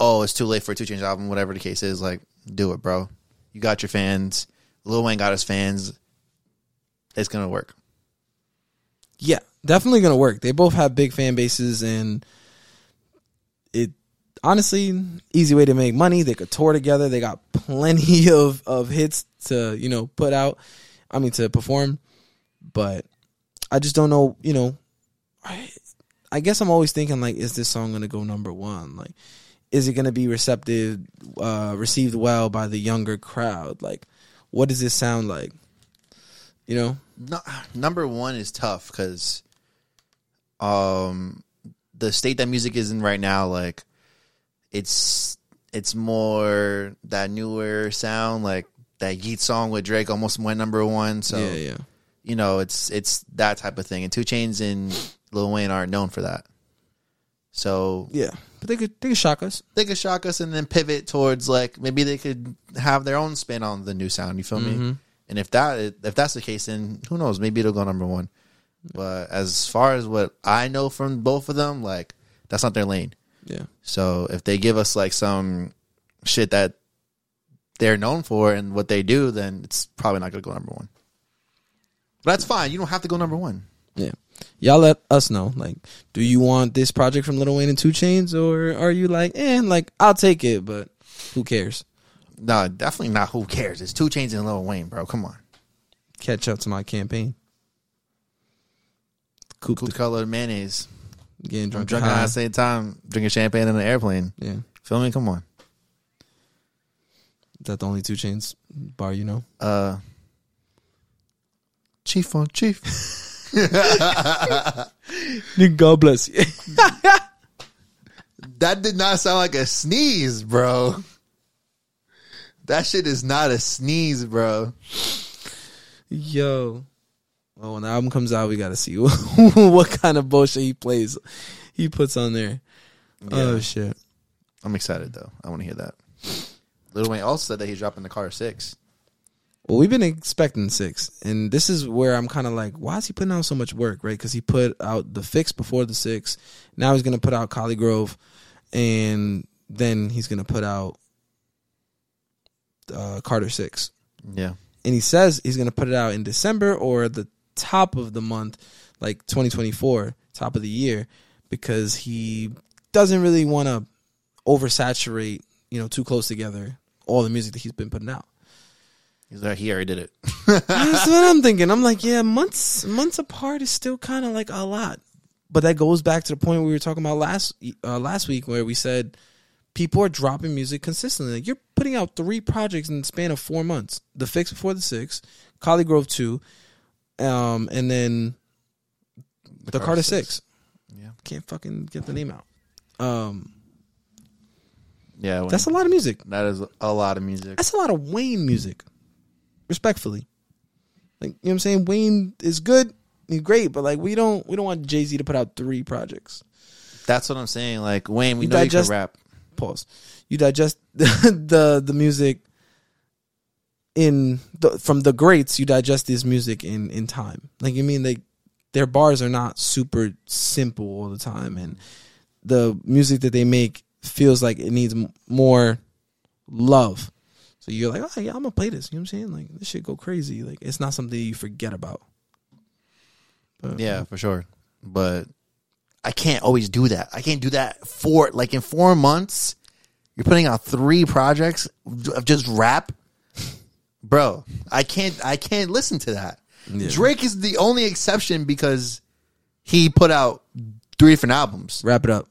[SPEAKER 1] oh, it's too late for a two change album, whatever the case is. Like do it, bro. You got your fans. Lil Wayne got his fans. It's gonna work.
[SPEAKER 2] yeah, definitely gonna work. They both have big fan bases and it honestly easy way to make money. They could tour together. They got plenty of of hits to you know put out. I mean to perform, but I just don't know. You know, I, I guess I'm always thinking like, is this song gonna go number one? Like, is it gonna be receptive, uh, received well by the younger crowd? Like, what does this sound like? You know,
[SPEAKER 1] no, number one is tough because um the state that music is in right now like it's it's more that newer sound like that yeet song with drake almost went number one so
[SPEAKER 2] yeah, yeah.
[SPEAKER 1] you know it's it's that type of thing and two chains and lil wayne aren't known for that so
[SPEAKER 2] Yeah, but they could they could shock us.
[SPEAKER 1] they could shock us and then pivot towards like maybe they could have their own spin on the new sound. You feel
[SPEAKER 2] Mm-hmm.
[SPEAKER 1] me? And if that if that's the case, then who knows? Maybe it'll go number one. But as far as what I know from both of them, like that's not their lane.
[SPEAKER 2] Yeah,
[SPEAKER 1] So if they give us like some shit that they're known for and what they do, then it's probably not gonna go number one. But that's fine. You don't have to go number one.
[SPEAKER 2] yeah. Y'all let us know. Like, do you want this project from Little Wayne and Two Chains, or are you like, eh, like I'll take it, but who cares?
[SPEAKER 1] No, definitely not. Who cares? It's two chains and Lil Wayne, bro. Come on.
[SPEAKER 2] Catch up to my campaign. Coop
[SPEAKER 1] Cool
[SPEAKER 2] the,
[SPEAKER 1] color mayonnaise.
[SPEAKER 2] getting
[SPEAKER 1] I'm
[SPEAKER 2] drunk.
[SPEAKER 1] drunk at
[SPEAKER 2] high.
[SPEAKER 1] the same time, drinking champagne in an airplane.
[SPEAKER 2] Yeah, is
[SPEAKER 1] Feel me? Come on.
[SPEAKER 2] that the only Two Chains bar you know?
[SPEAKER 1] Uh, chief on chief.
[SPEAKER 2] God bless you.
[SPEAKER 1] That did not sound like a sneeze, bro. That shit is not a sneeze, bro.
[SPEAKER 2] Yo. Well, when the album comes out, we gotta see what kind of bullshit he plays, he puts on there. Oh shit.
[SPEAKER 1] I'm excited though. I want to hear that. Lil Wayne also said that he's dropping the car six.
[SPEAKER 2] Well, we've been expecting six, and this is where I'm kind of like, why is he putting out so much work, right? Because he put out the fix before the six. Now he's gonna put out Collie Grove, and then he's gonna put out uh, Carter Six,
[SPEAKER 1] Yeah,
[SPEAKER 2] and he says he's gonna put it out in December or the top of the month, like 2024, top of the year, because he doesn't really want to oversaturate, you know, too close together all the music that he's been putting out.
[SPEAKER 1] he's like he already did it.
[SPEAKER 2] That's what I'm thinking. I'm like, yeah, months months apart is still kind of like a lot. But that goes back to the point we were talking about last uh, last week, where we said people are dropping music consistently. Like you're putting out three projects in the span of four months: the fix before the six, Collie Grove two, um, and then the,
[SPEAKER 1] Carter
[SPEAKER 2] Carter
[SPEAKER 1] Six.
[SPEAKER 2] six.
[SPEAKER 1] Yeah.
[SPEAKER 2] can't fucking get the name out. Um,
[SPEAKER 1] Yeah, Wayne.
[SPEAKER 2] that's a lot of music.
[SPEAKER 1] that is a lot of music.
[SPEAKER 2] That's a lot of Wayne music. Respectfully. Like, you know what I'm saying? Wayne is good, he's great, but like we don't we don't want Jay-Z to put out three projects.
[SPEAKER 1] That's what I'm saying. Like Wayne, we
[SPEAKER 2] You
[SPEAKER 1] know
[SPEAKER 2] digest-
[SPEAKER 1] you can rap.
[SPEAKER 2] Pause. You digest the the music in the, from the greats, you digest this music in in time. Like you mean like their bars are not super simple all the time and the music that they make feels like it needs m- more love. So you're like, oh yeah, I'm gonna play this. You know what I'm saying? Like this shit go crazy. Like it's not something you forget about. But,
[SPEAKER 1] Yeah, for sure. But I can't always do that. I can't do that for like in four months. You're putting out three projects of just rap, bro. I can't. I can't listen to that.
[SPEAKER 2] Yeah.
[SPEAKER 1] Drake is the only exception because he put out three different albums.
[SPEAKER 2] Wrap it up.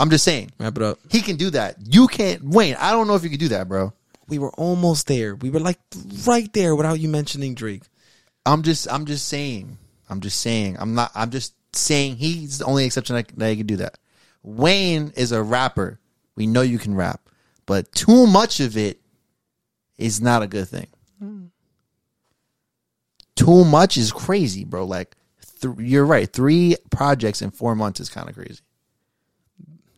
[SPEAKER 1] I'm just saying
[SPEAKER 2] Wrap it up.
[SPEAKER 1] he can do that. You can't, Wayne. I don't know if you can do that, bro.
[SPEAKER 2] We were almost there. We were like right there without you mentioning Drake.
[SPEAKER 1] I'm just. I'm just saying. I'm just saying. I'm not. I'm just saying he's the only exception that, that he can do that. Wayne is a rapper. We know you can rap, but too much of it is not a good thing. Too much is crazy, bro. Like, th- you're right. Three projects in four months is kind of crazy.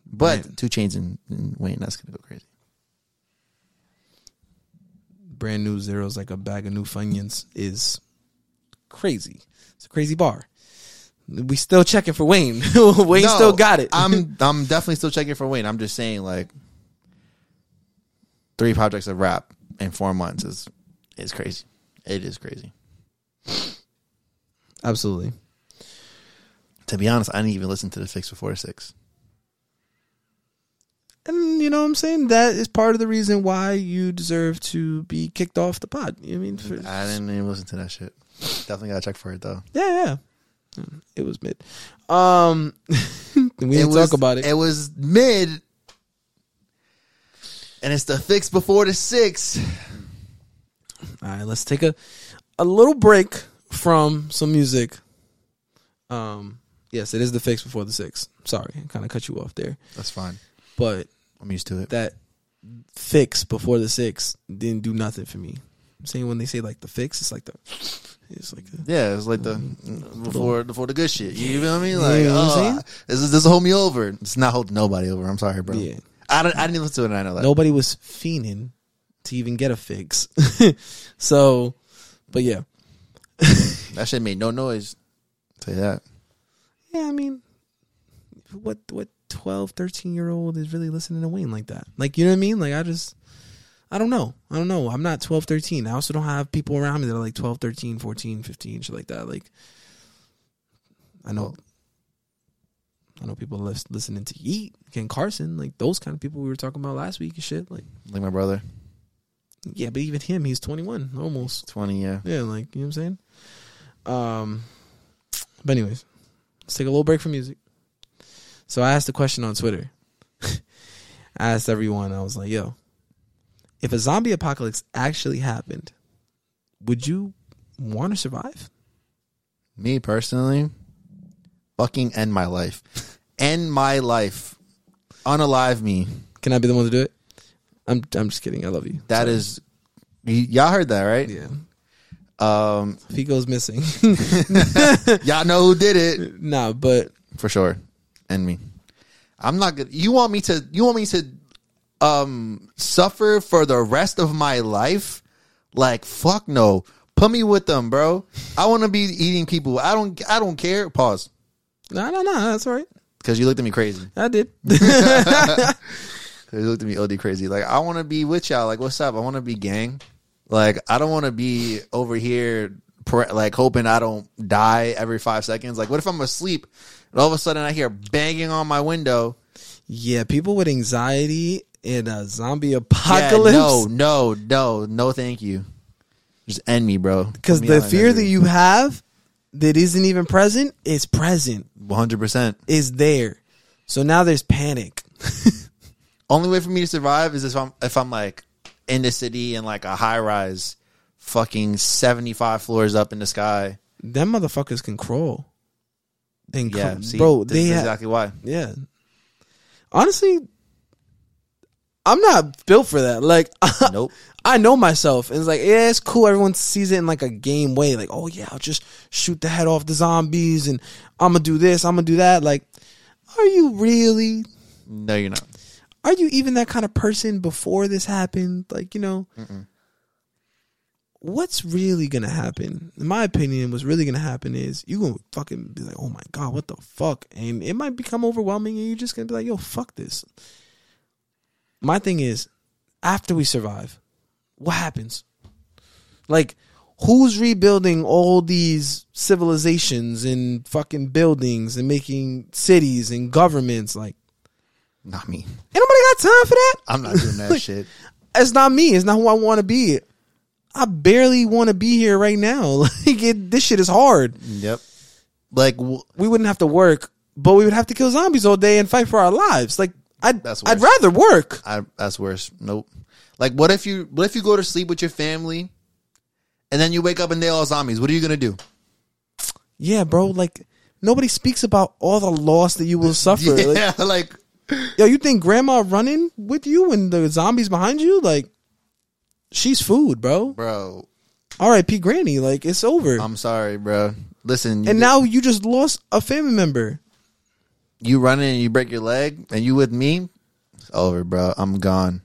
[SPEAKER 1] But two chains and, and Wayne, that's gonna go crazy.
[SPEAKER 2] brand new zeros like a bag of new Funyuns is crazy. It's a crazy bar. We still checking for Wayne. Wayne
[SPEAKER 1] No,
[SPEAKER 2] still got it.
[SPEAKER 1] I'm I'm definitely still checking for Wayne. I'm just saying like three projects of rap in four months is is crazy. It is crazy.
[SPEAKER 2] absolutely.
[SPEAKER 1] To be honest, I didn't even listen to the fix before six.
[SPEAKER 2] And you know what I'm saying? That is part of the reason why you deserve to be kicked off the pod. You know what I mean for,
[SPEAKER 1] I didn't even listen to that shit. Definitely gotta check for it though.
[SPEAKER 2] Yeah, yeah. It was mid. Um we didn't
[SPEAKER 1] was,
[SPEAKER 2] talk about it.
[SPEAKER 1] It was mid and it's the fix before the six.
[SPEAKER 2] All right, let's take a a little break from some music. Um, yes, it is the fix before the six. Sorry, I kind of cut you off there,
[SPEAKER 1] That's fine.
[SPEAKER 2] but
[SPEAKER 1] I'm used to it.
[SPEAKER 2] that fix before the six didn't do nothing for me. I'm saying when they say like the fix, it's like the it's like the,
[SPEAKER 1] Yeah, it's like the
[SPEAKER 2] Mm,
[SPEAKER 1] before before the good shit. You feel me? Like,
[SPEAKER 2] know what I'm
[SPEAKER 1] oh,
[SPEAKER 2] saying?
[SPEAKER 1] I- this is this hold me over. It's not holding nobody over. I'm sorry, bro.
[SPEAKER 2] yeah.
[SPEAKER 1] I don't. I didn't listen to it. And I know that.
[SPEAKER 2] Nobody was fiending to even get a fix. so, but yeah,
[SPEAKER 1] That shit made no noise. Say that.
[SPEAKER 2] yeah. I mean, what what 12, 13 year old is really listening to Wayne like that? Like you know what I mean? Like I just. I don't know. I don't know. I'm not 12, 13. I also don't have people around me that are like 12, 13, 14, 15, shit like that. Like, I know,
[SPEAKER 1] Well-
[SPEAKER 2] I know people lis- listening to Yeet, Ken Carson, like those kind of people we were talking about last week and shit. Like,
[SPEAKER 1] Like my brother,
[SPEAKER 2] yeah, but even him, he's 21 almost.
[SPEAKER 1] twenty. Yeah.
[SPEAKER 2] Yeah, like you know what I'm saying. Um, but anyways, let's take a little break from music. So I asked a question on Twitter. I asked everyone. I was like, "Yo, if a zombie apocalypse actually happened, would you want to survive?"
[SPEAKER 1] Me personally, fucking end my life. end my life. Unalive me.
[SPEAKER 2] Can I be the one to do it? I'm I'm just kidding. I love you.
[SPEAKER 1] That is. y- y'all heard that right?
[SPEAKER 2] yeah.
[SPEAKER 1] Um.
[SPEAKER 2] If he goes missing,
[SPEAKER 1] Y'all know who did it
[SPEAKER 2] nah. But
[SPEAKER 1] for sure. End me. I'm not good. You want me to? You want me to? Um. Suffer for the rest of my life? Like fuck no. Put me with them, bro. I want to be eating people. I don't. I don't care. Pause.
[SPEAKER 2] no, no, no. That's all right.
[SPEAKER 1] Because you looked at me crazy.
[SPEAKER 2] I did.
[SPEAKER 1] You looked at me OD crazy. Like, I want to be with y'all. Like, what's up? I want to be gang. Like, I don't want to be over here, pre- like, hoping I don't die every five seconds. Like, what if I'm asleep and all of a sudden I hear banging on my window?
[SPEAKER 2] yeah, people with anxiety in a zombie
[SPEAKER 1] Yeah,
[SPEAKER 2] apocalypse.
[SPEAKER 1] no, no, no, no, thank you. Just end me, bro.
[SPEAKER 2] Because the fear that you have that isn't even present is present,
[SPEAKER 1] 100%.
[SPEAKER 2] is there. So now there's panic.
[SPEAKER 1] only way for me to survive is if I'm if I'm like in the city in like a high rise, fucking seventy five floors up in the sky.
[SPEAKER 2] Them motherfuckers can crawl. And
[SPEAKER 1] Yeah,
[SPEAKER 2] crawl.
[SPEAKER 1] see,
[SPEAKER 2] bro,
[SPEAKER 1] this
[SPEAKER 2] they
[SPEAKER 1] is
[SPEAKER 2] ha-
[SPEAKER 1] exactly why.
[SPEAKER 2] yeah. Honestly, I'm not built for that. Like,
[SPEAKER 1] Nope.
[SPEAKER 2] I know myself. And it's like, yeah, it's cool. Everyone sees it in like a game way. Like, oh yeah, I'll just shoot the head off the zombies and I'm gonna do this, I'm gonna do that. Like, are you really
[SPEAKER 1] No, you're not.
[SPEAKER 2] are you even that kind of person before this happened? Like, you know, what's really gonna happen? In my opinion, what's really gonna happen is you gonna fucking be like, oh my god, what the fuck? And it might become overwhelming, and you're just gonna be like, yo, fuck this. my thing is, after we survive, what happens? Like, who's rebuilding all these civilizations and fucking buildings and making cities and governments? Like,
[SPEAKER 1] Not me.
[SPEAKER 2] ain't nobody got time for that.
[SPEAKER 1] I'm not doing that shit.
[SPEAKER 2] It's not me. It's not who I want to be. I barely want to be here right now. Like, it, this shit is hard.
[SPEAKER 1] Yep. Like w-
[SPEAKER 2] we wouldn't have to work, but we would have to kill zombies all day and fight for our lives. Like I'd
[SPEAKER 1] That's
[SPEAKER 2] I'd
[SPEAKER 1] worse.
[SPEAKER 2] rather work.
[SPEAKER 1] I, that's worse. Nope. Like what if you what if you go to sleep with your family, and then you wake up and they all zombies? What are you gonna do?
[SPEAKER 2] Yeah, bro. Like nobody speaks about all the loss that you will suffer. Like,
[SPEAKER 1] Yeah, like
[SPEAKER 2] yo, you think grandma running with you and the zombies behind you? Like she's food, bro.
[SPEAKER 1] bro.
[SPEAKER 2] R.I.P. Granny. Like it's over.
[SPEAKER 1] I'm sorry, bro. Listen, you,
[SPEAKER 2] and now you just lost a family member.
[SPEAKER 1] you run in and you break your leg, and you with me, it's over, bro. I'm gone.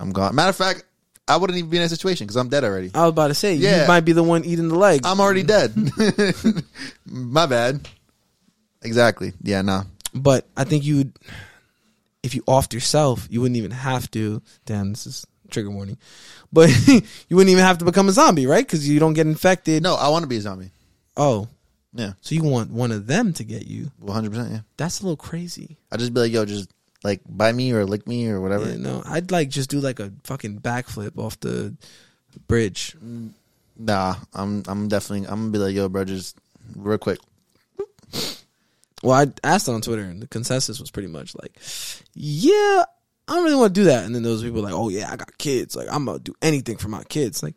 [SPEAKER 1] I'm gone. Matter of fact, I wouldn't even be in that situation because I'm dead already.
[SPEAKER 2] I was about to say
[SPEAKER 1] Yeah.
[SPEAKER 2] you might be the one eating the leg.
[SPEAKER 1] I'm already dead. My bad. Exactly. Yeah. Nah.
[SPEAKER 2] But I think you, if you offed yourself, you wouldn't even have to. Damn, this is trigger warning. But you wouldn't even have to become a zombie, right? Because you don't get infected.
[SPEAKER 1] No, I want to be a zombie.
[SPEAKER 2] Oh,
[SPEAKER 1] Yeah.
[SPEAKER 2] so you want one of them to get you?
[SPEAKER 1] 100. percent Yeah.
[SPEAKER 2] That's a little crazy.
[SPEAKER 1] I just be like, yo, just like bite me or lick me or whatever.
[SPEAKER 2] Yeah, no, I'd like just do like a fucking backflip off the bridge.
[SPEAKER 1] Nah, I'm I'm definitely I'm gonna be like, yo, bro, just real quick.
[SPEAKER 2] Well, I asked it on Twitter, and the consensus was pretty much like, "Yeah, I don't really want to do that." And then those people were like, "Oh yeah, I got kids. Like I'm gonna do anything for my kids." Like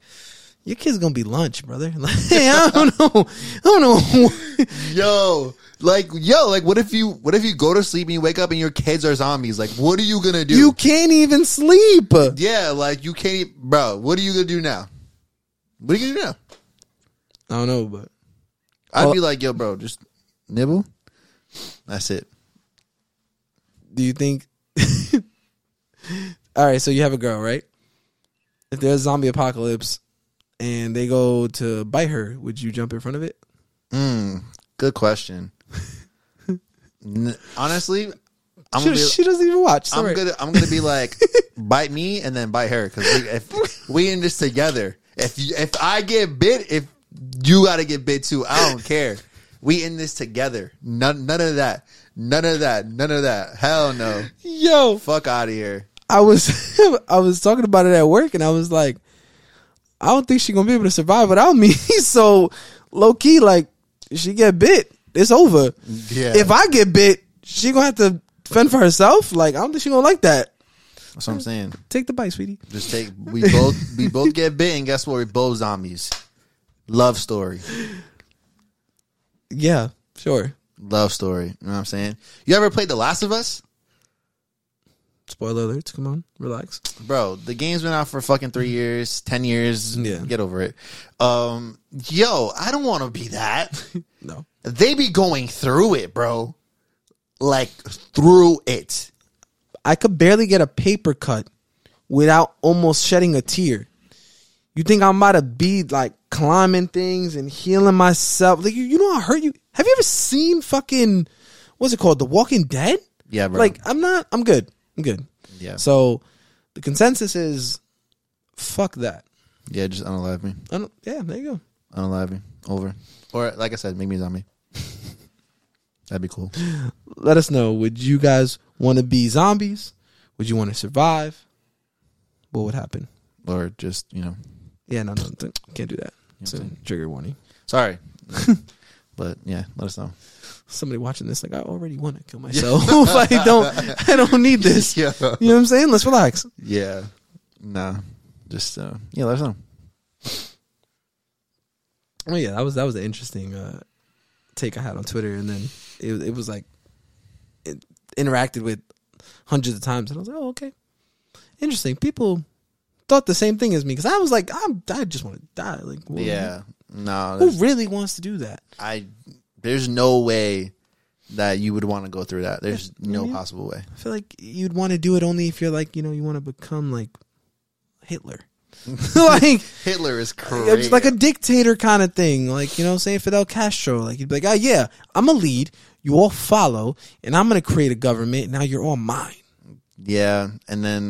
[SPEAKER 2] your kids gonna be lunch, brother. Like I don't know, I don't know.
[SPEAKER 1] Yo, like yo, like what if you what if you go to sleep and you wake up and your kids are zombies? Like, what are you gonna do?
[SPEAKER 2] you can't even sleep.
[SPEAKER 1] yeah, like you can't, e- bro. What are you gonna do now? What are you gonna do now?
[SPEAKER 2] I don't know, but
[SPEAKER 1] I'd
[SPEAKER 2] Well-
[SPEAKER 1] be like, yo, bro, just nibble. That's it.
[SPEAKER 2] do you think? All right, so you have a girl, right? If there's a zombie apocalypse and they go to bite her, would you jump in front of it?
[SPEAKER 1] Mm, good question. N- honestly, I'm
[SPEAKER 2] She,
[SPEAKER 1] gonna be,
[SPEAKER 2] she doesn't even watch. It's
[SPEAKER 1] I'm
[SPEAKER 2] all right.
[SPEAKER 1] gonna I'm gonna be like bite me and then bite her because we, if we in this together. If you, if I get bit, if you got to get bit too, I don't care. We in this together. None none of that. None of that. None of that. Hell no.
[SPEAKER 2] Yo,
[SPEAKER 1] Fuck out of here.
[SPEAKER 2] I was I was talking about it at work, and I was like, I don't think she's gonna be able to survive without me. so low key, like she get bit, it's over.
[SPEAKER 1] Yeah.
[SPEAKER 2] If I get bit, she gonna have to fend for herself. Like I don't think she gonna like that.
[SPEAKER 1] That's what I'm saying.
[SPEAKER 2] Take the bite, sweetie.
[SPEAKER 1] Just take. We both we both get bit, and guess what? We're both zombies. Love story.
[SPEAKER 2] Yeah, sure.
[SPEAKER 1] Love story. You know what I'm saying? You ever played The Last of Us?
[SPEAKER 2] Spoiler alerts. Come on, relax.
[SPEAKER 1] bro the game's been out for fucking three years ten years
[SPEAKER 2] Yeah.
[SPEAKER 1] get over it um yo i don't want to be that
[SPEAKER 2] No,
[SPEAKER 1] they be going through it bro like through it
[SPEAKER 2] I could barely get a paper cut without almost shedding a tear. You think I'm about to be like climbing things and healing myself? Like you, you know, I hurt you. Have you ever seen fucking what's it called, The Walking Dead?
[SPEAKER 1] yeah bro
[SPEAKER 2] Like I'm not. I'm good. I'm good.
[SPEAKER 1] yeah
[SPEAKER 2] So the consensus is, fuck that.
[SPEAKER 1] yeah just unalive me
[SPEAKER 2] I don't, yeah, there you go.
[SPEAKER 1] unalive me over or like i said make me a zombie that'd be cool
[SPEAKER 2] Let us know. Would you guys want to be zombies? Would you want to survive? What would happen?
[SPEAKER 1] or just you know
[SPEAKER 2] Yeah, no, no, th- can't do that. It's a trigger warning.
[SPEAKER 1] sorry but yeah let us know
[SPEAKER 2] Somebody watching this, like, I already want to kill myself. I don't, I don't need this.
[SPEAKER 1] yeah
[SPEAKER 2] You know what I'm saying? Let's relax.
[SPEAKER 1] yeah nah just uh yeah let us know
[SPEAKER 2] Oh yeah, that was that was an interesting uh, take I had on Twitter, and then it it was like it interacted with hundreds of times, and I was like, oh okay, interesting. People thought the same thing as me because I was like, I'm, I just want to die. Like, who-
[SPEAKER 1] yeah no
[SPEAKER 2] who really wants to do that?
[SPEAKER 1] I there's no way that you would want to go through that. There's no
[SPEAKER 2] Yeah.
[SPEAKER 1] possible way.
[SPEAKER 2] I feel like you'd want to do it only if you're like, you know, you want to become like Hitler. like
[SPEAKER 1] Hitler is crazy.
[SPEAKER 2] it's like a dictator kind of thing. Like, you know, what I'm saying Fidel Castro. Like, you'd be like, oh, yeah, I'm a lead. You all follow, and I'm going to create a government. Now you're all mine.
[SPEAKER 1] Yeah, and then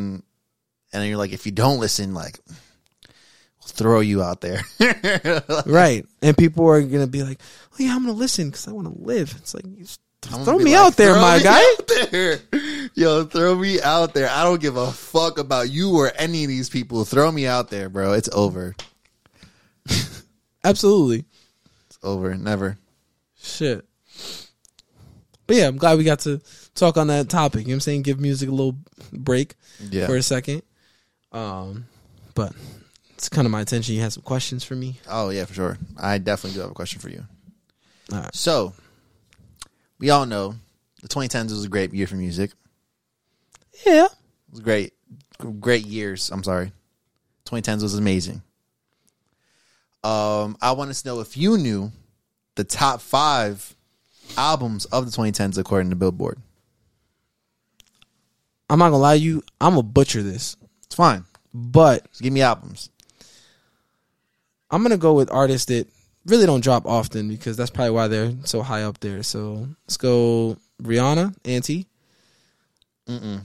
[SPEAKER 1] and then you're like, if you don't listen, like we'll throw you out there.
[SPEAKER 2] right? And people are gonna be like, "Oh yeah, I'm gonna listen because I want to live." It's like, you just
[SPEAKER 1] I'm gonna
[SPEAKER 2] throw
[SPEAKER 1] be
[SPEAKER 2] me
[SPEAKER 1] like,
[SPEAKER 2] out there,
[SPEAKER 1] "Throw
[SPEAKER 2] my
[SPEAKER 1] me
[SPEAKER 2] guy.
[SPEAKER 1] out there. Yo, throw me out there. I don't give a fuck about you or any of these people. Throw me out there, bro. It's over.
[SPEAKER 2] Absolutely.
[SPEAKER 1] It's over. Never.
[SPEAKER 2] Shit. But yeah, I'm glad we got to talk on that topic. You know what I'm saying? Give music a little break
[SPEAKER 1] Yeah.
[SPEAKER 2] for a second. Um, but it's kind of my attention. You had some questions for me.
[SPEAKER 1] Oh yeah, for sure. I definitely do have a question for you.
[SPEAKER 2] All right.
[SPEAKER 1] So, we all know the 2010s was a great year for music.
[SPEAKER 2] Yeah.
[SPEAKER 1] It was great, great years. I'm sorry, 2010s was amazing. Um, I want to know if you knew the top five albums of the 2010s according to Billboard.
[SPEAKER 2] I'm not gonna lie to you. I'm gonna butcher this,
[SPEAKER 1] It's fine.
[SPEAKER 2] but
[SPEAKER 1] Just give me albums.
[SPEAKER 2] I'm gonna go with artists that really don't drop often because that's probably why they're so high up there. So let's go Rihanna, Auntie,
[SPEAKER 1] Mm-mm.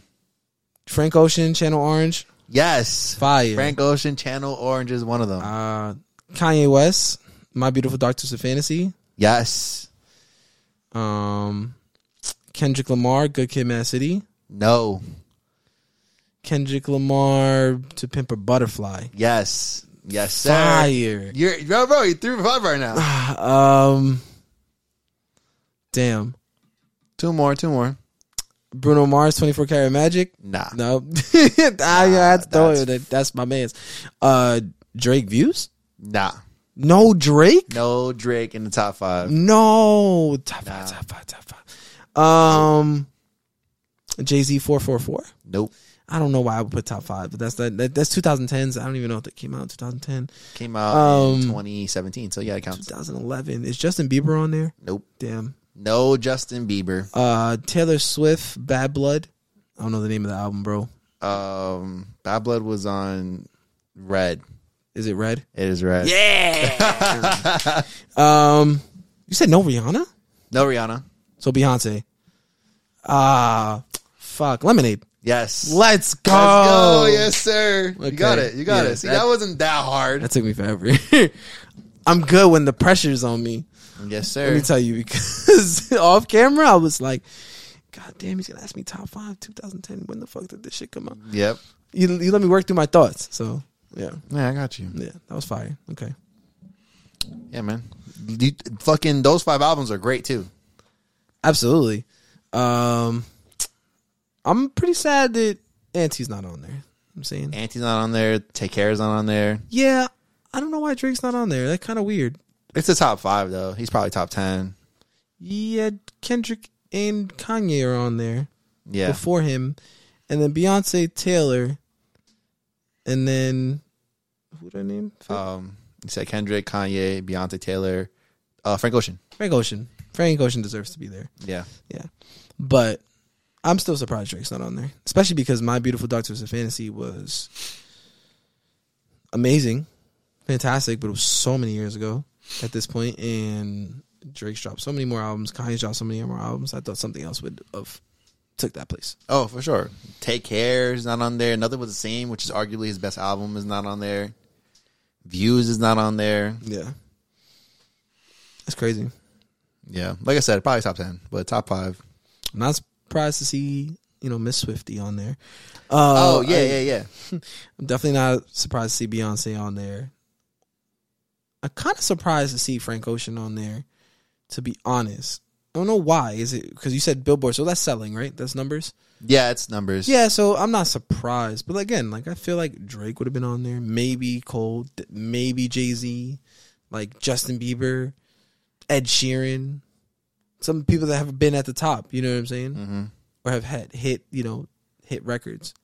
[SPEAKER 2] Frank Ocean, Channel Orange,
[SPEAKER 1] Yes,
[SPEAKER 2] Fire,
[SPEAKER 1] Frank Ocean, Channel Orange is one of them.
[SPEAKER 2] uh, Kanye West, My Beautiful Dark Twisted Fantasy,
[SPEAKER 1] yes,
[SPEAKER 2] um, Kendrick Lamar, Good Kid, Mad City,
[SPEAKER 1] no,
[SPEAKER 2] Kendrick Lamar, To Pimp a Butterfly,
[SPEAKER 1] yes, yes, sir.
[SPEAKER 2] Fire.
[SPEAKER 1] You're bro, bro. You threw five right now.
[SPEAKER 2] Um, damn,
[SPEAKER 1] two more, two more.
[SPEAKER 2] Bruno Mars, 24 Karat Magic,
[SPEAKER 1] Nah,
[SPEAKER 2] No, I, Ah, I had to throw
[SPEAKER 1] that's-
[SPEAKER 2] it. That- That's my man's. Uh, Drake views?
[SPEAKER 1] nah,
[SPEAKER 2] No Drake?
[SPEAKER 1] no Drake in the top five.
[SPEAKER 2] No. Top
[SPEAKER 1] Nah.
[SPEAKER 2] five, top five, top five. Um, Jay Z four four four.
[SPEAKER 1] Nope.
[SPEAKER 2] I don't know why I would put top five, but that's that, that that's 2010s. I don't even know if that came out in 2010,
[SPEAKER 1] Came out in
[SPEAKER 2] Um,
[SPEAKER 1] 2017, so yeah, it counts.
[SPEAKER 2] 2011. Is Justin Bieber on there?
[SPEAKER 1] Nope.
[SPEAKER 2] Damn.
[SPEAKER 1] No Justin Bieber.
[SPEAKER 2] Uh, Taylor Swift, Bad Blood. I don't know the name of the album, bro.
[SPEAKER 1] Um, Bad Blood was on Red.
[SPEAKER 2] Is it Red?
[SPEAKER 1] It is Red.
[SPEAKER 2] Yeah. um, you said no Rihanna.
[SPEAKER 1] No Rihanna.
[SPEAKER 2] So Beyonce. Ah, fuck. Lemonade.
[SPEAKER 1] Yes.
[SPEAKER 2] Let's go.
[SPEAKER 1] Let's go. Yes, sir. You
[SPEAKER 2] Okay.
[SPEAKER 1] got it. You got
[SPEAKER 2] Yeah,
[SPEAKER 1] it. See,
[SPEAKER 2] that-
[SPEAKER 1] that, wasn't that hard.
[SPEAKER 2] That took me forever. I'm good when the pressure's on me.
[SPEAKER 1] Yes,
[SPEAKER 2] Let
[SPEAKER 1] sir.
[SPEAKER 2] me tell you because off camera I was like, God damn, he's gonna ask me top five 2010. When the fuck did this shit come out?
[SPEAKER 1] yep.
[SPEAKER 2] You, you let me work through my thoughts. So yeah,
[SPEAKER 1] Yeah, I got you.
[SPEAKER 2] yeah, that was fire. Okay,
[SPEAKER 1] Yeah, man. You, fucking those five albums are great too.
[SPEAKER 2] absolutely. Um, I'm pretty sad that Auntie's not on there. I'm saying,
[SPEAKER 1] Auntie's not on there. Take care is not on there.
[SPEAKER 2] yeah, I don't know why Drake's not on there. That's kind of weird.
[SPEAKER 1] It's the top five though. He's probably top ten.
[SPEAKER 2] Yeah, Kendrick and Kanye are on there
[SPEAKER 1] Yeah.
[SPEAKER 2] before him, and then Beyonce, Taylor, and then who did I name?
[SPEAKER 1] Um, you said Kendrick, Kanye, Beyonce Taylor, uh, Frank Ocean.
[SPEAKER 2] Frank Ocean. Frank Ocean deserves to be there,
[SPEAKER 1] Yeah.
[SPEAKER 2] but I'm still surprised Drake's not on there, especially because My Beautiful Dark Twisted Fantasy was amazing, fantastic, but it was so many years ago at this point, and Drake's dropped so many more albums. Kanye's dropped so many more albums. I thought something else would have took that place.
[SPEAKER 1] Oh, for sure. Take Care is not on there. Nothing was the same, which is arguably his best album, is not on there. Views is not on there.
[SPEAKER 2] Yeah. That's crazy.
[SPEAKER 1] Yeah, like I said, probably top ten, but top five.
[SPEAKER 2] I'm not surprised to see, you know, Miss Swifty on there. Uh,
[SPEAKER 1] Oh, yeah,
[SPEAKER 2] I-
[SPEAKER 1] yeah, yeah.
[SPEAKER 2] I'm definitely not surprised to see Beyonce on there. I'm kind of surprised to see Frank Ocean on there, to be honest. I don't know why. Is it because you said Billboard? So that's selling, right? That's numbers.
[SPEAKER 1] Yeah, it's numbers.
[SPEAKER 2] Yeah, so I'm not surprised. But again, like I feel like Drake would have been on there. Maybe Cole, th- maybe Jay Z, like Justin Bieber, Ed Sheeran. Some people that have been at the top, you know what I'm saying?
[SPEAKER 1] Mm-hmm.
[SPEAKER 2] Or have had hit, you know, hit records.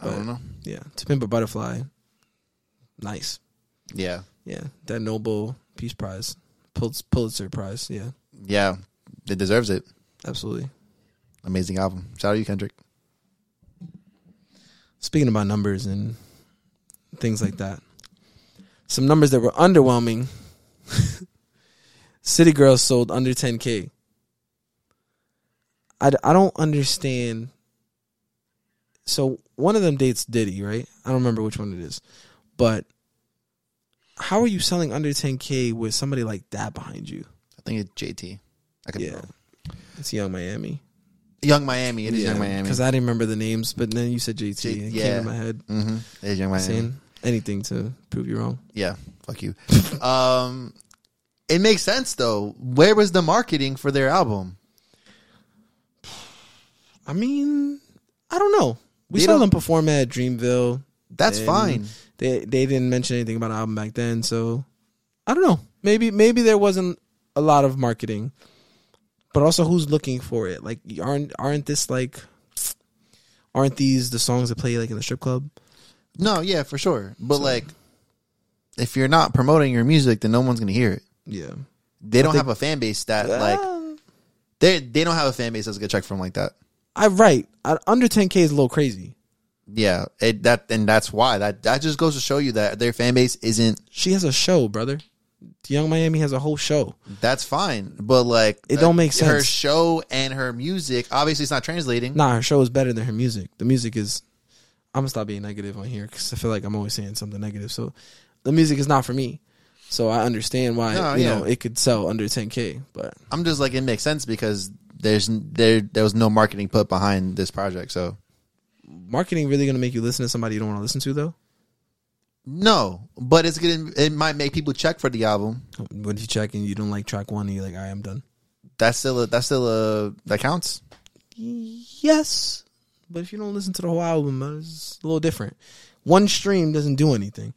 [SPEAKER 1] I don't know.
[SPEAKER 2] Yeah. To Pimp a Butterfly. Nice.
[SPEAKER 1] Yeah,
[SPEAKER 2] Yeah. That Nobel Peace Prize. Pul- Pulitzer Prize. Yeah.
[SPEAKER 1] yeah. It deserves it.
[SPEAKER 2] Absolutely.
[SPEAKER 1] Amazing album. Shout out to you, Kendrick.
[SPEAKER 2] Speaking about numbers and things like that. Some numbers that were underwhelming. City Girls sold under 10K. I, d- I don't understand so one of them dates Diddy, right? I don't remember which one it is, but how are you selling under 10k with somebody like that behind you?
[SPEAKER 1] I think it's JT. I could be
[SPEAKER 2] Yeah,
[SPEAKER 1] wrong.
[SPEAKER 2] it's Young Miami.
[SPEAKER 1] Young Miami. It is
[SPEAKER 2] yeah,
[SPEAKER 1] Young Miami.
[SPEAKER 2] Because I didn't remember the names, but then you said JT.
[SPEAKER 1] J-
[SPEAKER 2] it
[SPEAKER 1] yeah.
[SPEAKER 2] came in my head.
[SPEAKER 1] mm-hmm. It is Young Miami.
[SPEAKER 2] Saying anything to prove you wrong.
[SPEAKER 1] Yeah, fuck you. um, it makes sense though. Where was the marketing for their album?
[SPEAKER 2] I mean, I don't know. We
[SPEAKER 1] They
[SPEAKER 2] saw
[SPEAKER 1] don't-
[SPEAKER 2] them perform at Dreamville.
[SPEAKER 1] That's
[SPEAKER 2] And
[SPEAKER 1] fine.
[SPEAKER 2] They they didn't mention anything about an album back then, so I don't know. Maybe maybe there wasn't a lot of marketing, but also who's looking for it? Like you aren't aren't this like aren't these the songs that play like in the strip club?
[SPEAKER 1] No, yeah, for sure. But like, if you're not promoting your music, then no one's gonna hear it.
[SPEAKER 2] Yeah,
[SPEAKER 1] They don't have a fan base that like
[SPEAKER 2] Ah,
[SPEAKER 1] they they don't have a fan base that's gonna check from like that.
[SPEAKER 2] I right I, under ten k is a little crazy.
[SPEAKER 1] Yeah, it, that and that's why that that just goes to show you that their fan base isn't.
[SPEAKER 2] She has a show, brother. Young Miami has a whole show.
[SPEAKER 1] That's fine, but like uh,
[SPEAKER 2] It don't make
[SPEAKER 1] Her
[SPEAKER 2] sense.
[SPEAKER 1] show and her music obviously it's not translating.
[SPEAKER 2] Nah, her show is better than her music. The music is. I'm gonna stop being negative on here because I feel like I'm always saying something negative. So, the music is not for me. So I understand why
[SPEAKER 1] No,
[SPEAKER 2] you
[SPEAKER 1] yeah.
[SPEAKER 2] know it could sell under 10k. But
[SPEAKER 1] I'm just like it makes sense because there's n- there there was no marketing put behind this project. So
[SPEAKER 2] marketing really gonna make you listen to somebody you don't want to listen to though.
[SPEAKER 1] no, but it's gonna it might make people check for the album.
[SPEAKER 2] What if you check and you don't like track one and you're like, all right, I'm done.
[SPEAKER 1] That's still a that's still a that counts.
[SPEAKER 2] Yes, but if you don't listen to the whole album, uh, it's a little different. One stream doesn't do anything.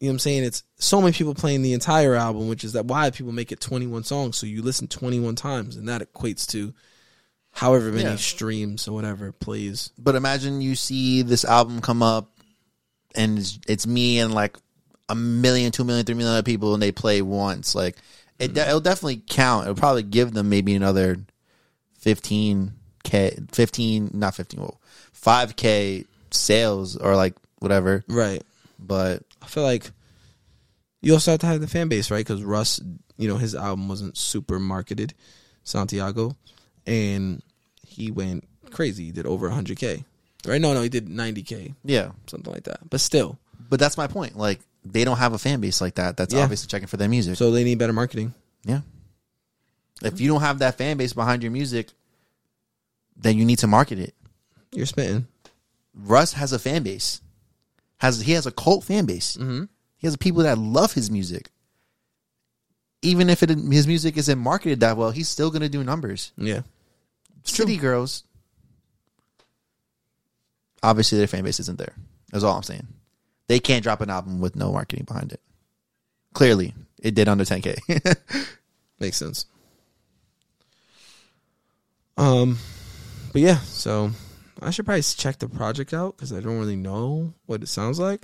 [SPEAKER 2] You know what I'm saying? It's so many people playing the entire album, which is that why people make it 21 songs. So you listen 21 times, and that equates to however many
[SPEAKER 1] Yeah.
[SPEAKER 2] streams or whatever plays.
[SPEAKER 1] But imagine you see this album come up, and it's, it's me and like a million, two million, three million other people, and they play once. Like it, de- it'll definitely count. It'll probably give them maybe another fifteen k, fifteen, not fifteen, well, five k sales or like whatever.
[SPEAKER 2] Right.
[SPEAKER 1] But
[SPEAKER 2] I feel like you also have to have the fan base, right? Because Russ, you know, his album wasn't super marketed, Santiago, and he went crazy. He did over 100K. Right? No, no, he did 90K,
[SPEAKER 1] yeah,
[SPEAKER 2] something like that. But still,
[SPEAKER 1] but that's my point. Like they don't have a fan base like that. That's
[SPEAKER 2] Yeah.
[SPEAKER 1] obviously checking for their music.
[SPEAKER 2] so they need better marketing.
[SPEAKER 1] Yeah. If you don't have that fan base behind your music, then you need to market it.
[SPEAKER 2] You're spitting.
[SPEAKER 1] Russ has a fan base. Has he has a cult fan base.
[SPEAKER 2] Mm-hmm.
[SPEAKER 1] He has people that love his music. Even if it his music isn't marketed that well, he's still gonna do numbers.
[SPEAKER 2] Yeah.
[SPEAKER 1] City girls. Obviously their fan base isn't there. That's all I'm saying. They can't drop an album with no marketing behind it. Clearly, it did under 10K.
[SPEAKER 2] Makes sense. Um, but yeah, so I should probably check the project out because I don't really know what it sounds like.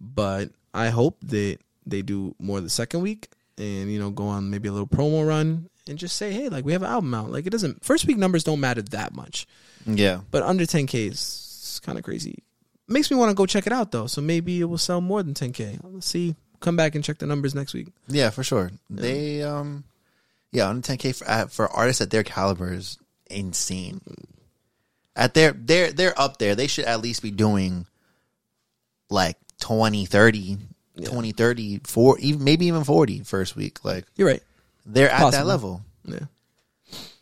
[SPEAKER 2] But I hope that they do more the second week and you know go on maybe a little promo run and just say, hey, like we have an album out. Like it doesn't first week numbers don't matter that much,
[SPEAKER 1] yeah.
[SPEAKER 2] but under 10k is kind of crazy. Makes me want to go check it out though. So maybe it will sell more than 10k. Let's see. Come back and check the numbers next week.
[SPEAKER 1] Yeah, for sure. They um yeah, under 10k for uh, for artists at their caliber is insane. At their they're they're up there. They should at least be doing like 20, 30, 20, 30, 4 even maybe even 40 first week. Like
[SPEAKER 2] You're right.
[SPEAKER 1] they're at that
[SPEAKER 2] Possible.
[SPEAKER 1] level.
[SPEAKER 2] Yeah.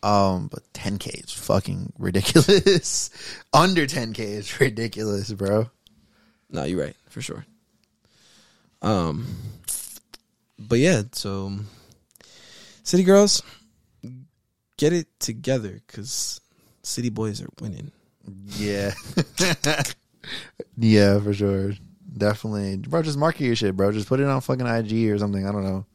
[SPEAKER 1] Um but 10k is fucking ridiculous. under 10k is ridiculous, bro.
[SPEAKER 2] No, you're right for sure. Um, but yeah, so um, city girls, get it together because city boys are winning.
[SPEAKER 1] Yeah. yeah, for sure. Definitely. Bro, just market your shit, bro. Just put it on fucking IG or something. I don't know.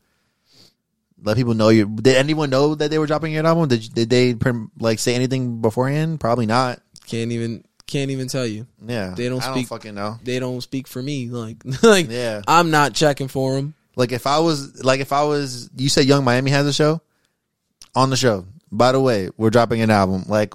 [SPEAKER 1] Let people know you. Did anyone know that they were dropping your album? Did did they prim- like say anything beforehand? Probably not.
[SPEAKER 2] Can't even can't even tell you.
[SPEAKER 1] Yeah,
[SPEAKER 2] They don't
[SPEAKER 1] I
[SPEAKER 2] speak-
[SPEAKER 1] fucking know.
[SPEAKER 2] They don't speak for me. Like like
[SPEAKER 1] Yeah.
[SPEAKER 2] I'm not checking for them.
[SPEAKER 1] Like if I was like if I was you said Young Miami has a show on the show. By the way, we're dropping an album like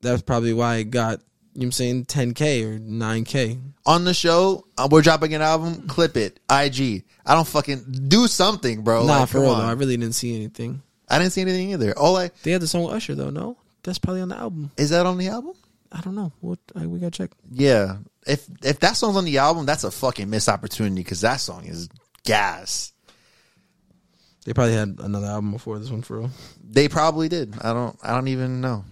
[SPEAKER 2] That's probably why I got you know what I'm saying 10k or 9k.
[SPEAKER 1] on the show. uh, We're dropping an album. Clip it. IG. I don't fucking do something, bro.
[SPEAKER 2] nah,
[SPEAKER 1] Oh, Like,
[SPEAKER 2] for
[SPEAKER 1] come
[SPEAKER 2] real
[SPEAKER 1] on.
[SPEAKER 2] though, I really didn't see anything.
[SPEAKER 1] I didn't see anything either. All I
[SPEAKER 2] They had the song with Usher though. No, that's probably on the album.
[SPEAKER 1] Is that on the album?
[SPEAKER 2] I don't know. What I, we gotta check.
[SPEAKER 1] Yeah. If if that song's on the album, that's a fucking missed opportunity because that song is gas.
[SPEAKER 2] They probably had another album before this one for real.
[SPEAKER 1] They probably did. I don't I don't even know.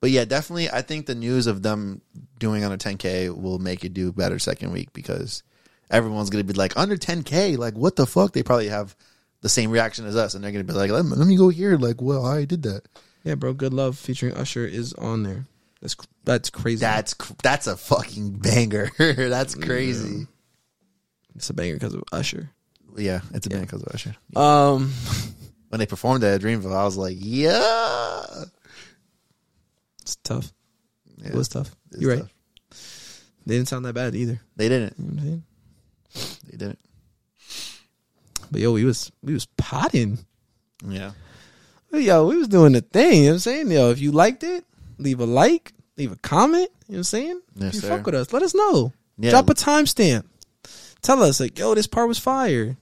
[SPEAKER 1] But yeah, definitely I think the news of them doing under 10K will make it do better second week because everyone's gonna be like, under 10K, like what the fuck? They probably have the same reaction as us and they're gonna be like, let me, let me go here, like, well, I did that.
[SPEAKER 2] Yeah, bro. Good love featuring Usher is on there. That's cr- that's crazy.
[SPEAKER 1] That's cr- that's a fucking banger. that's crazy.
[SPEAKER 2] it's a banger because of Usher.
[SPEAKER 1] Yeah, it's a banger because of Usher.
[SPEAKER 2] Um,
[SPEAKER 1] When they performed that at Dreamville, I was like, yeah.
[SPEAKER 2] it's tough.
[SPEAKER 1] Yeah,
[SPEAKER 2] It was tough.
[SPEAKER 1] it's
[SPEAKER 2] You're right.
[SPEAKER 1] tough.
[SPEAKER 2] They didn't sound that bad either.
[SPEAKER 1] They didn't.
[SPEAKER 2] You know what I'm saying?
[SPEAKER 1] They didn't.
[SPEAKER 2] But yo, we was we was potting.
[SPEAKER 1] Yeah.
[SPEAKER 2] Yo, we was doing the thing. You know what I'm saying? Yo, if you liked it, leave a like, leave a comment. You know what I'm saying?
[SPEAKER 1] Yes,
[SPEAKER 2] if you
[SPEAKER 1] sir.
[SPEAKER 2] fuck with us, let us know.
[SPEAKER 1] Yeah.
[SPEAKER 2] Drop a timestamp. Tell us like, yo, this part was fire.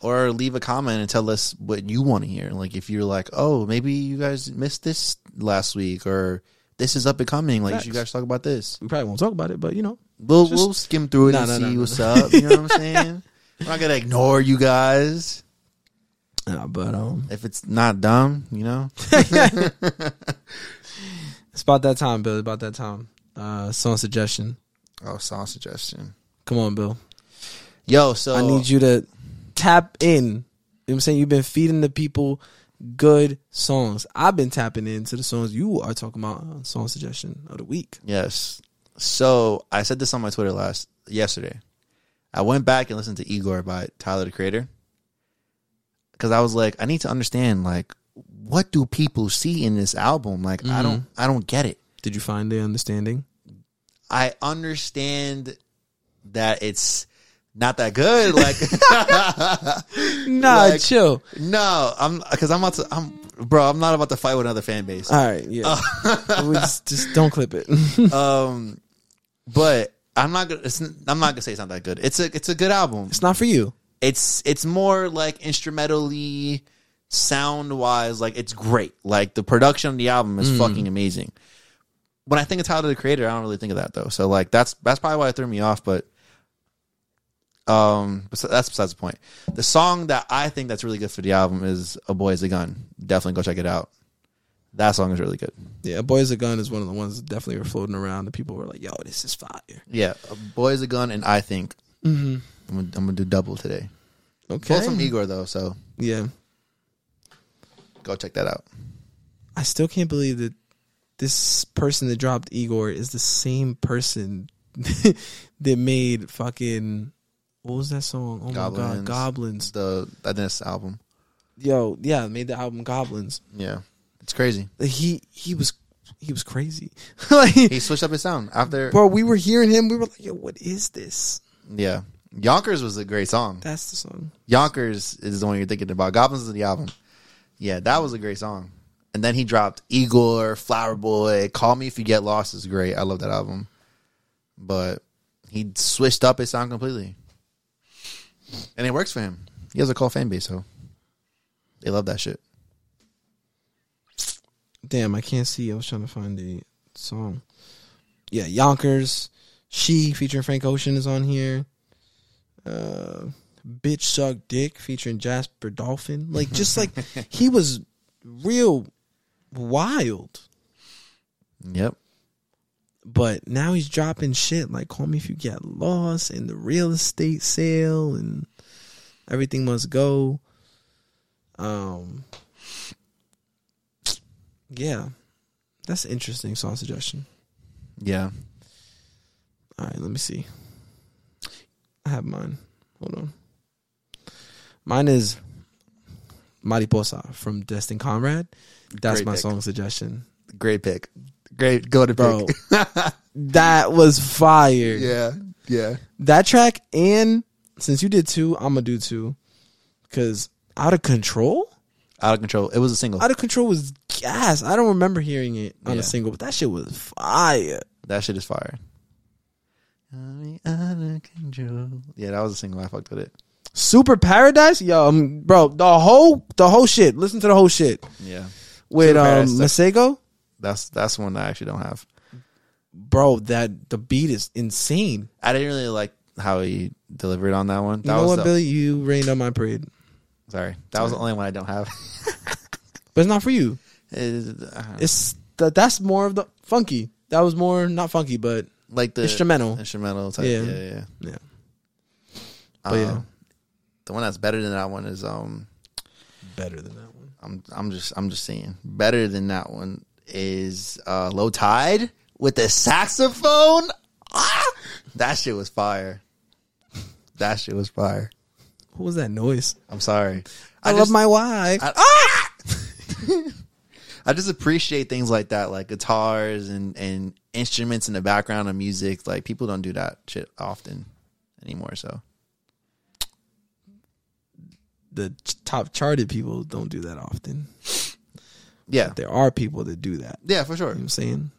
[SPEAKER 1] Or leave a comment and tell us what you want to hear. Like if you're like, oh, maybe you guys missed this last week, or this is up and coming. Like you guys
[SPEAKER 2] Facts.
[SPEAKER 1] talk about this.
[SPEAKER 2] We probably won't talk about it, but you know,
[SPEAKER 1] We'll
[SPEAKER 2] Just-
[SPEAKER 1] we'll skim through it
[SPEAKER 2] No,
[SPEAKER 1] and
[SPEAKER 2] no, no,
[SPEAKER 1] see
[SPEAKER 2] no,
[SPEAKER 1] what's up. You know what I'm saying? We're not gonna ignore you guys
[SPEAKER 2] Nah, but um,
[SPEAKER 1] if it's not dumb. You know?
[SPEAKER 2] it's about that time, Bill. About that time. Uh, song suggestion.
[SPEAKER 1] Oh, song suggestion.
[SPEAKER 2] Come on, Bill.
[SPEAKER 1] Yo, so
[SPEAKER 2] I need you to tap in. You know what I'm saying? You've been feeding the people good songs. I've been tapping into the songs you are talking about on song suggestion of the week.
[SPEAKER 1] Yes. So I said this on my Twitter last yesterday. I went back and listened to Igor by Tyler the Creator because I was like, I need to understand like what do people see in this album? Like I don't, I don't get it.
[SPEAKER 2] Did you find the understanding?
[SPEAKER 1] I understand that it's not that good. Like
[SPEAKER 2] Nah,
[SPEAKER 1] Like-
[SPEAKER 2] chill.
[SPEAKER 1] no, I'm because I'm about to, I'm bro, I'm not about to fight with another fan base.
[SPEAKER 2] All right, yeah. We just, just don't clip it. it's
[SPEAKER 1] um, but I'm not gonna, it's, I'm not gonna say it's not that good. It's a, it's a good album.
[SPEAKER 2] not for you.
[SPEAKER 1] it's it's more like instrumentally sound wise like it's great like the production on the album is fucking amazing when i think of tyler the creator i don't really think of that though so like that's that's probably why it threw me off but um bes- that's besides the point the song that i think that's really good for the album is a boy is a gun definitely go check it out that song is really good
[SPEAKER 2] Yeah, Boys a Gun is one of the ones that definitely were floating around. The people were like, yo, this is fire.
[SPEAKER 1] yeah a boy is a gun and i think I'm, gonna, I'm gonna do double today
[SPEAKER 2] Okay.
[SPEAKER 1] both from igor though so
[SPEAKER 2] Yeah.
[SPEAKER 1] go check that out
[SPEAKER 2] I still can't believe that this person that dropped Igor is the same person that made fucking what was that song? Oh my god,
[SPEAKER 1] Goblins.
[SPEAKER 2] Goblins.
[SPEAKER 1] the this album
[SPEAKER 2] Yo, yeah, made the album Goblins.
[SPEAKER 1] Yeah, it's crazy.
[SPEAKER 2] He he was he was crazy. like
[SPEAKER 1] He switched up his sound after.
[SPEAKER 2] bro, we were hearing him, we were like, yo, what is this?
[SPEAKER 1] Yeah, Yonkers was a great song.
[SPEAKER 2] That's the song.
[SPEAKER 1] Yonkers is the one you're thinking about. Goblins is the album. Yeah, that was a great song. And then he dropped Igor, Flower Boy, Call Me If You Get Lost is great. I love that album. But he switched up his sound completely, and it works for him. He has a cool fan base, so they love that shit.
[SPEAKER 2] Damn, I can't see. I was trying to find the song. Yeah, Yonkers. She featuring Frank Ocean is on here. Uh Bitch Suck Dick featuring Jasper Dolphin. Like just like he was real wild.
[SPEAKER 1] Yep.
[SPEAKER 2] But now he's dropping shit like Call Me If You Get Lost and the real estate sale and everything must go. Um Yeah. That's an interesting song suggestion.
[SPEAKER 1] Yeah.
[SPEAKER 2] All right, let me see. I have mine. Hold on. Mine is Mariposa from Destin Conrad. That's
[SPEAKER 1] Great
[SPEAKER 2] my
[SPEAKER 1] pick.
[SPEAKER 2] song suggestion.
[SPEAKER 1] Great pick. Great go to
[SPEAKER 2] Bro,
[SPEAKER 1] pick.
[SPEAKER 2] that was fire.
[SPEAKER 1] yeah. Yeah.
[SPEAKER 2] That track and since you did two, I'm gonna do two. Cause out of control?
[SPEAKER 1] Out of control. It was a single.
[SPEAKER 2] Out of control was gas. I don't remember hearing it on
[SPEAKER 1] Yeah.
[SPEAKER 2] a single, but that shit was fire.
[SPEAKER 1] That shit is fire. Yeah, that was a single. I fucked with it.
[SPEAKER 2] Super Paradise? Yo, um, bro, the whole the whole shit. Listen to the whole shit.
[SPEAKER 1] Yeah,
[SPEAKER 2] With
[SPEAKER 1] Super
[SPEAKER 2] um
[SPEAKER 1] Paradise,
[SPEAKER 2] Masego?
[SPEAKER 1] that's that's one that I actually don't have.
[SPEAKER 2] bro, that the beat is insane.
[SPEAKER 1] I didn't really like how he delivered on that one.
[SPEAKER 2] You
[SPEAKER 1] That
[SPEAKER 2] know
[SPEAKER 1] was
[SPEAKER 2] what,
[SPEAKER 1] the-
[SPEAKER 2] Billy? You rained on my parade,
[SPEAKER 1] sorry. That was the only one I don't have.
[SPEAKER 2] but it's not for you.
[SPEAKER 1] It is- I don't know.
[SPEAKER 2] It's that that's more of the funky. That was more not funky, but
[SPEAKER 1] like the
[SPEAKER 2] instrumental.
[SPEAKER 1] instrumental type.
[SPEAKER 2] Yeah.
[SPEAKER 1] Yeah, yeah. yeah. Um,
[SPEAKER 2] yeah. But yeah.
[SPEAKER 1] the one that's better than that one is um.
[SPEAKER 2] Better than that one.
[SPEAKER 1] I'm I'm just I'm just saying better than that one is uh Low Tide with the saxophone. Ah! that shit was fire. That shit was fire.
[SPEAKER 2] What was that noise?
[SPEAKER 1] I'm sorry.
[SPEAKER 2] I, love
[SPEAKER 1] just,
[SPEAKER 2] my wife.
[SPEAKER 1] I, ah! I just appreciate things like that, like guitars and and instruments in the background of music. Like people don't do that shit often anymore. So
[SPEAKER 2] the ch- top charted people don't do that often.
[SPEAKER 1] yeah,
[SPEAKER 2] There are people that do that.
[SPEAKER 1] yeah, for sure.
[SPEAKER 2] You know what I'm saying?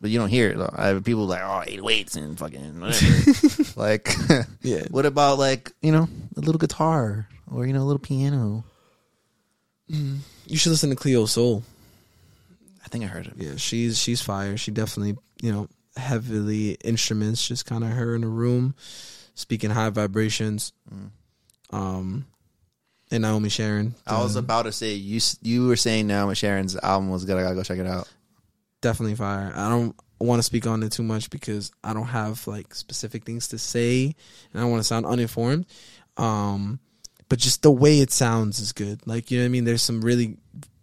[SPEAKER 1] But you don't hear it. Though. I have people like oh eight weights and fucking whatever. like
[SPEAKER 2] Yeah.
[SPEAKER 1] What about like you know a little guitar or you know a little piano?
[SPEAKER 2] You should listen to Cleo Soul.
[SPEAKER 1] I think I heard it.
[SPEAKER 2] Yeah, she's she's fire. She definitely, you know, heavily instruments, just kind of her in a room, speaking high vibrations. Um, and Naomi Sharon.
[SPEAKER 1] I was about to say you s- you were saying now with Sharon's album was good. I gotta go check it out.
[SPEAKER 2] definitely fire. I don't want to speak on it too much because I don't have like specific things to say, and I don't want to sound uninformed. Um, but just the way it sounds is good. Like you know what I mean. There's some really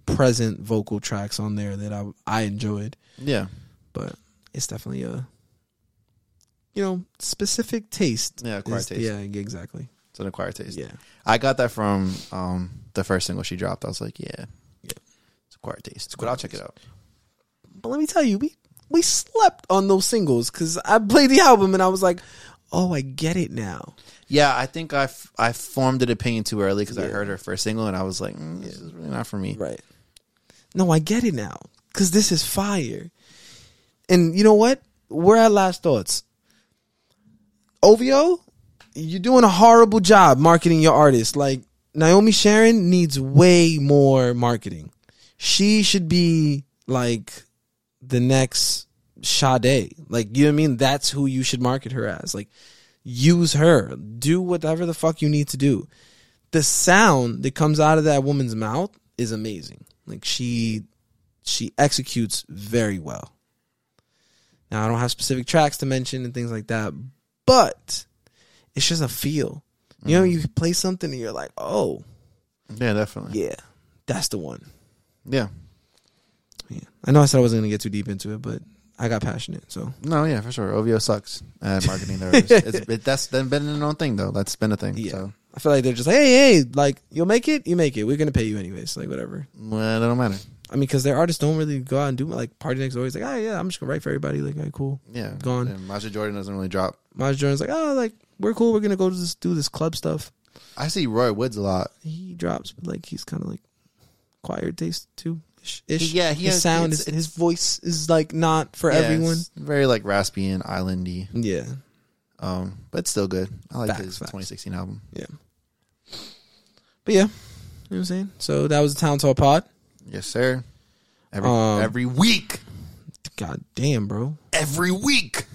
[SPEAKER 2] present vocal tracks on there that I I enjoyed,
[SPEAKER 1] Yeah,
[SPEAKER 2] but it's definitely a you know specific taste.
[SPEAKER 1] Yeah, acquired
[SPEAKER 2] Is-
[SPEAKER 1] taste.
[SPEAKER 2] Yeah, exactly.
[SPEAKER 1] it's an acquired taste.
[SPEAKER 2] Yeah,
[SPEAKER 1] I got that from um the first single she dropped. I was like, yeah,
[SPEAKER 2] Yeah.
[SPEAKER 1] it's acquired taste. But I'll check it out.
[SPEAKER 2] but let me tell you, we we slept on those singles because I played the album and I was like, oh, I get it now.
[SPEAKER 1] Yeah, I think I f- I formed an opinion too early because I
[SPEAKER 2] Yeah.
[SPEAKER 1] heard her first single and I was like, mm, this is really not for me.
[SPEAKER 2] Right. No, I get it now. Cause this is fire. And you know what? We're at last thoughts. OVO, you're doing a horrible job marketing your artist. Like Naomi Sharon needs way more marketing. She should be like the next Sade. Like you know what I mean? That's who you should market her as. Like use her. Do whatever the fuck you need to do the sound that comes out of that woman's mouth is amazing. Like she she executes very well. Now I don't have specific tracks to mention and things like that, but it's just a feel. You know, you play something and you're like, "Oh,
[SPEAKER 1] Yeah, definitely.
[SPEAKER 2] yeah, that's the one."
[SPEAKER 1] yeah.
[SPEAKER 2] Yeah. I know I said I wasn't going to get too deep into it, but I got passionate, so
[SPEAKER 1] No, yeah, for sure. OVO sucks at marketing their artists. It's, it, that's been an own thing though. That's been a thing.
[SPEAKER 2] yeah.
[SPEAKER 1] So
[SPEAKER 2] I feel like they're just like, "Hey, hey, like you'll make it, you make it. We're going to pay you anyways." Like whatever.
[SPEAKER 1] well, it don't matter.
[SPEAKER 2] I mean, because their artists don't really go out and do like party next door. He's like, oh yeah, I'm just gonna write for everybody. Like, all right, cool.
[SPEAKER 1] Yeah,
[SPEAKER 2] Gone.
[SPEAKER 1] And Maja Jordan doesn't really drop.
[SPEAKER 2] Miles Jordan's like, oh, like we're cool. We're gonna go to this, do this club stuff.
[SPEAKER 1] I see Roy Woods a lot.
[SPEAKER 2] He drops, but like he's kind of like choir taste too. Ish, ish.
[SPEAKER 1] Yeah, he
[SPEAKER 2] his
[SPEAKER 1] has-
[SPEAKER 2] sound
[SPEAKER 1] it's-
[SPEAKER 2] is his voice is like not for
[SPEAKER 1] Yeah,
[SPEAKER 2] everyone.
[SPEAKER 1] it's very like raspy and islandy,
[SPEAKER 2] Yeah,
[SPEAKER 1] um, but still good. I like
[SPEAKER 2] Facts,
[SPEAKER 1] his
[SPEAKER 2] facts.
[SPEAKER 1] 2016 album.
[SPEAKER 2] yeah. But yeah, you know what I'm saying. So that was the Town Talk Pod.
[SPEAKER 1] Yes, sir. Every
[SPEAKER 2] Um,
[SPEAKER 1] every week,
[SPEAKER 2] God damn, bro.
[SPEAKER 1] every week.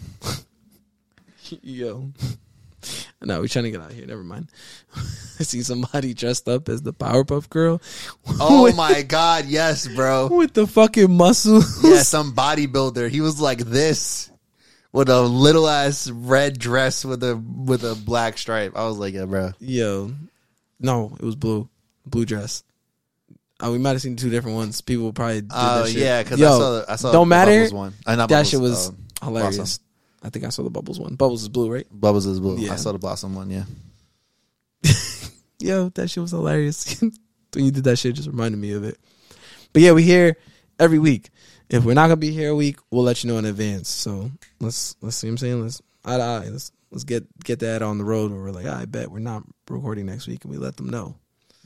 [SPEAKER 2] Yo. No, we're trying to get out of here. Never mind. I see somebody dressed up as the Powerpuff Girl.
[SPEAKER 1] Oh
[SPEAKER 2] with,
[SPEAKER 1] my God, yes, bro.
[SPEAKER 2] with the fucking muscles.
[SPEAKER 1] Yeah, some bodybuilder. He was like this with a little ass red dress with a with a black stripe. I was like, yeah, bro.
[SPEAKER 2] Yo, no, it was blue, blue dress. Uh, we might have seen two different ones. People probably. Did
[SPEAKER 1] Oh
[SPEAKER 2] that shit.
[SPEAKER 1] yeah, because I
[SPEAKER 2] Yo,
[SPEAKER 1] saw the, I saw
[SPEAKER 2] don't
[SPEAKER 1] the
[SPEAKER 2] matter.
[SPEAKER 1] Bubbles one. Uh, not
[SPEAKER 2] That
[SPEAKER 1] Bubbles,
[SPEAKER 2] shit was
[SPEAKER 1] um,
[SPEAKER 2] hilarious.
[SPEAKER 1] Blossom.
[SPEAKER 2] I think I saw the bubbles one. Bubbles is blue, right?
[SPEAKER 1] Bubbles is blue.
[SPEAKER 2] Yeah.
[SPEAKER 1] I saw the Blossom one. Yeah.
[SPEAKER 2] Yo, that shit was hilarious. when you did that shit, it just reminded me of it. But yeah, we here every week. If we're not gonna be here a week, we'll let you know in advance. So let's let's see. What I'm saying let's eye to eye. Let's let's get get that on the road where we're like, I bet we're not recording next week, and we let them know.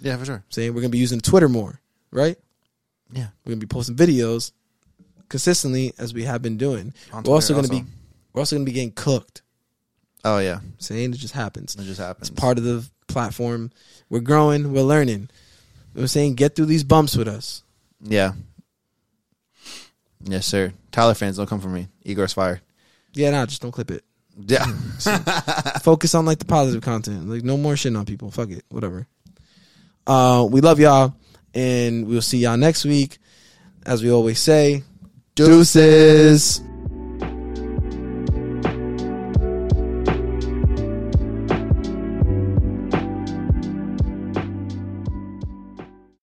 [SPEAKER 1] Yeah, for sure.
[SPEAKER 2] Saying we're gonna be using Twitter more, right?
[SPEAKER 1] Yeah.
[SPEAKER 2] We're gonna be posting videos consistently as we have been doing.
[SPEAKER 1] On
[SPEAKER 2] we're also
[SPEAKER 1] Twitter
[SPEAKER 2] gonna be
[SPEAKER 1] also.
[SPEAKER 2] we're also gonna be getting cooked.
[SPEAKER 1] Oh yeah,
[SPEAKER 2] Saying it just happens.
[SPEAKER 1] it just happens.
[SPEAKER 2] It's part of the platform. We're growing. We're learning. We're saying get through these bumps with us.
[SPEAKER 1] yeah. Yes, sir. Tyler fans, don't come for me. Igor's fire.
[SPEAKER 2] Yeah, nah, just don't clip it.
[SPEAKER 1] Yeah.
[SPEAKER 2] Focus on like the positive content. Like no more shit on people. Fuck it. Whatever. Uh, we love y'all, and we'll see y'all next week. As we always say,
[SPEAKER 1] Deuces.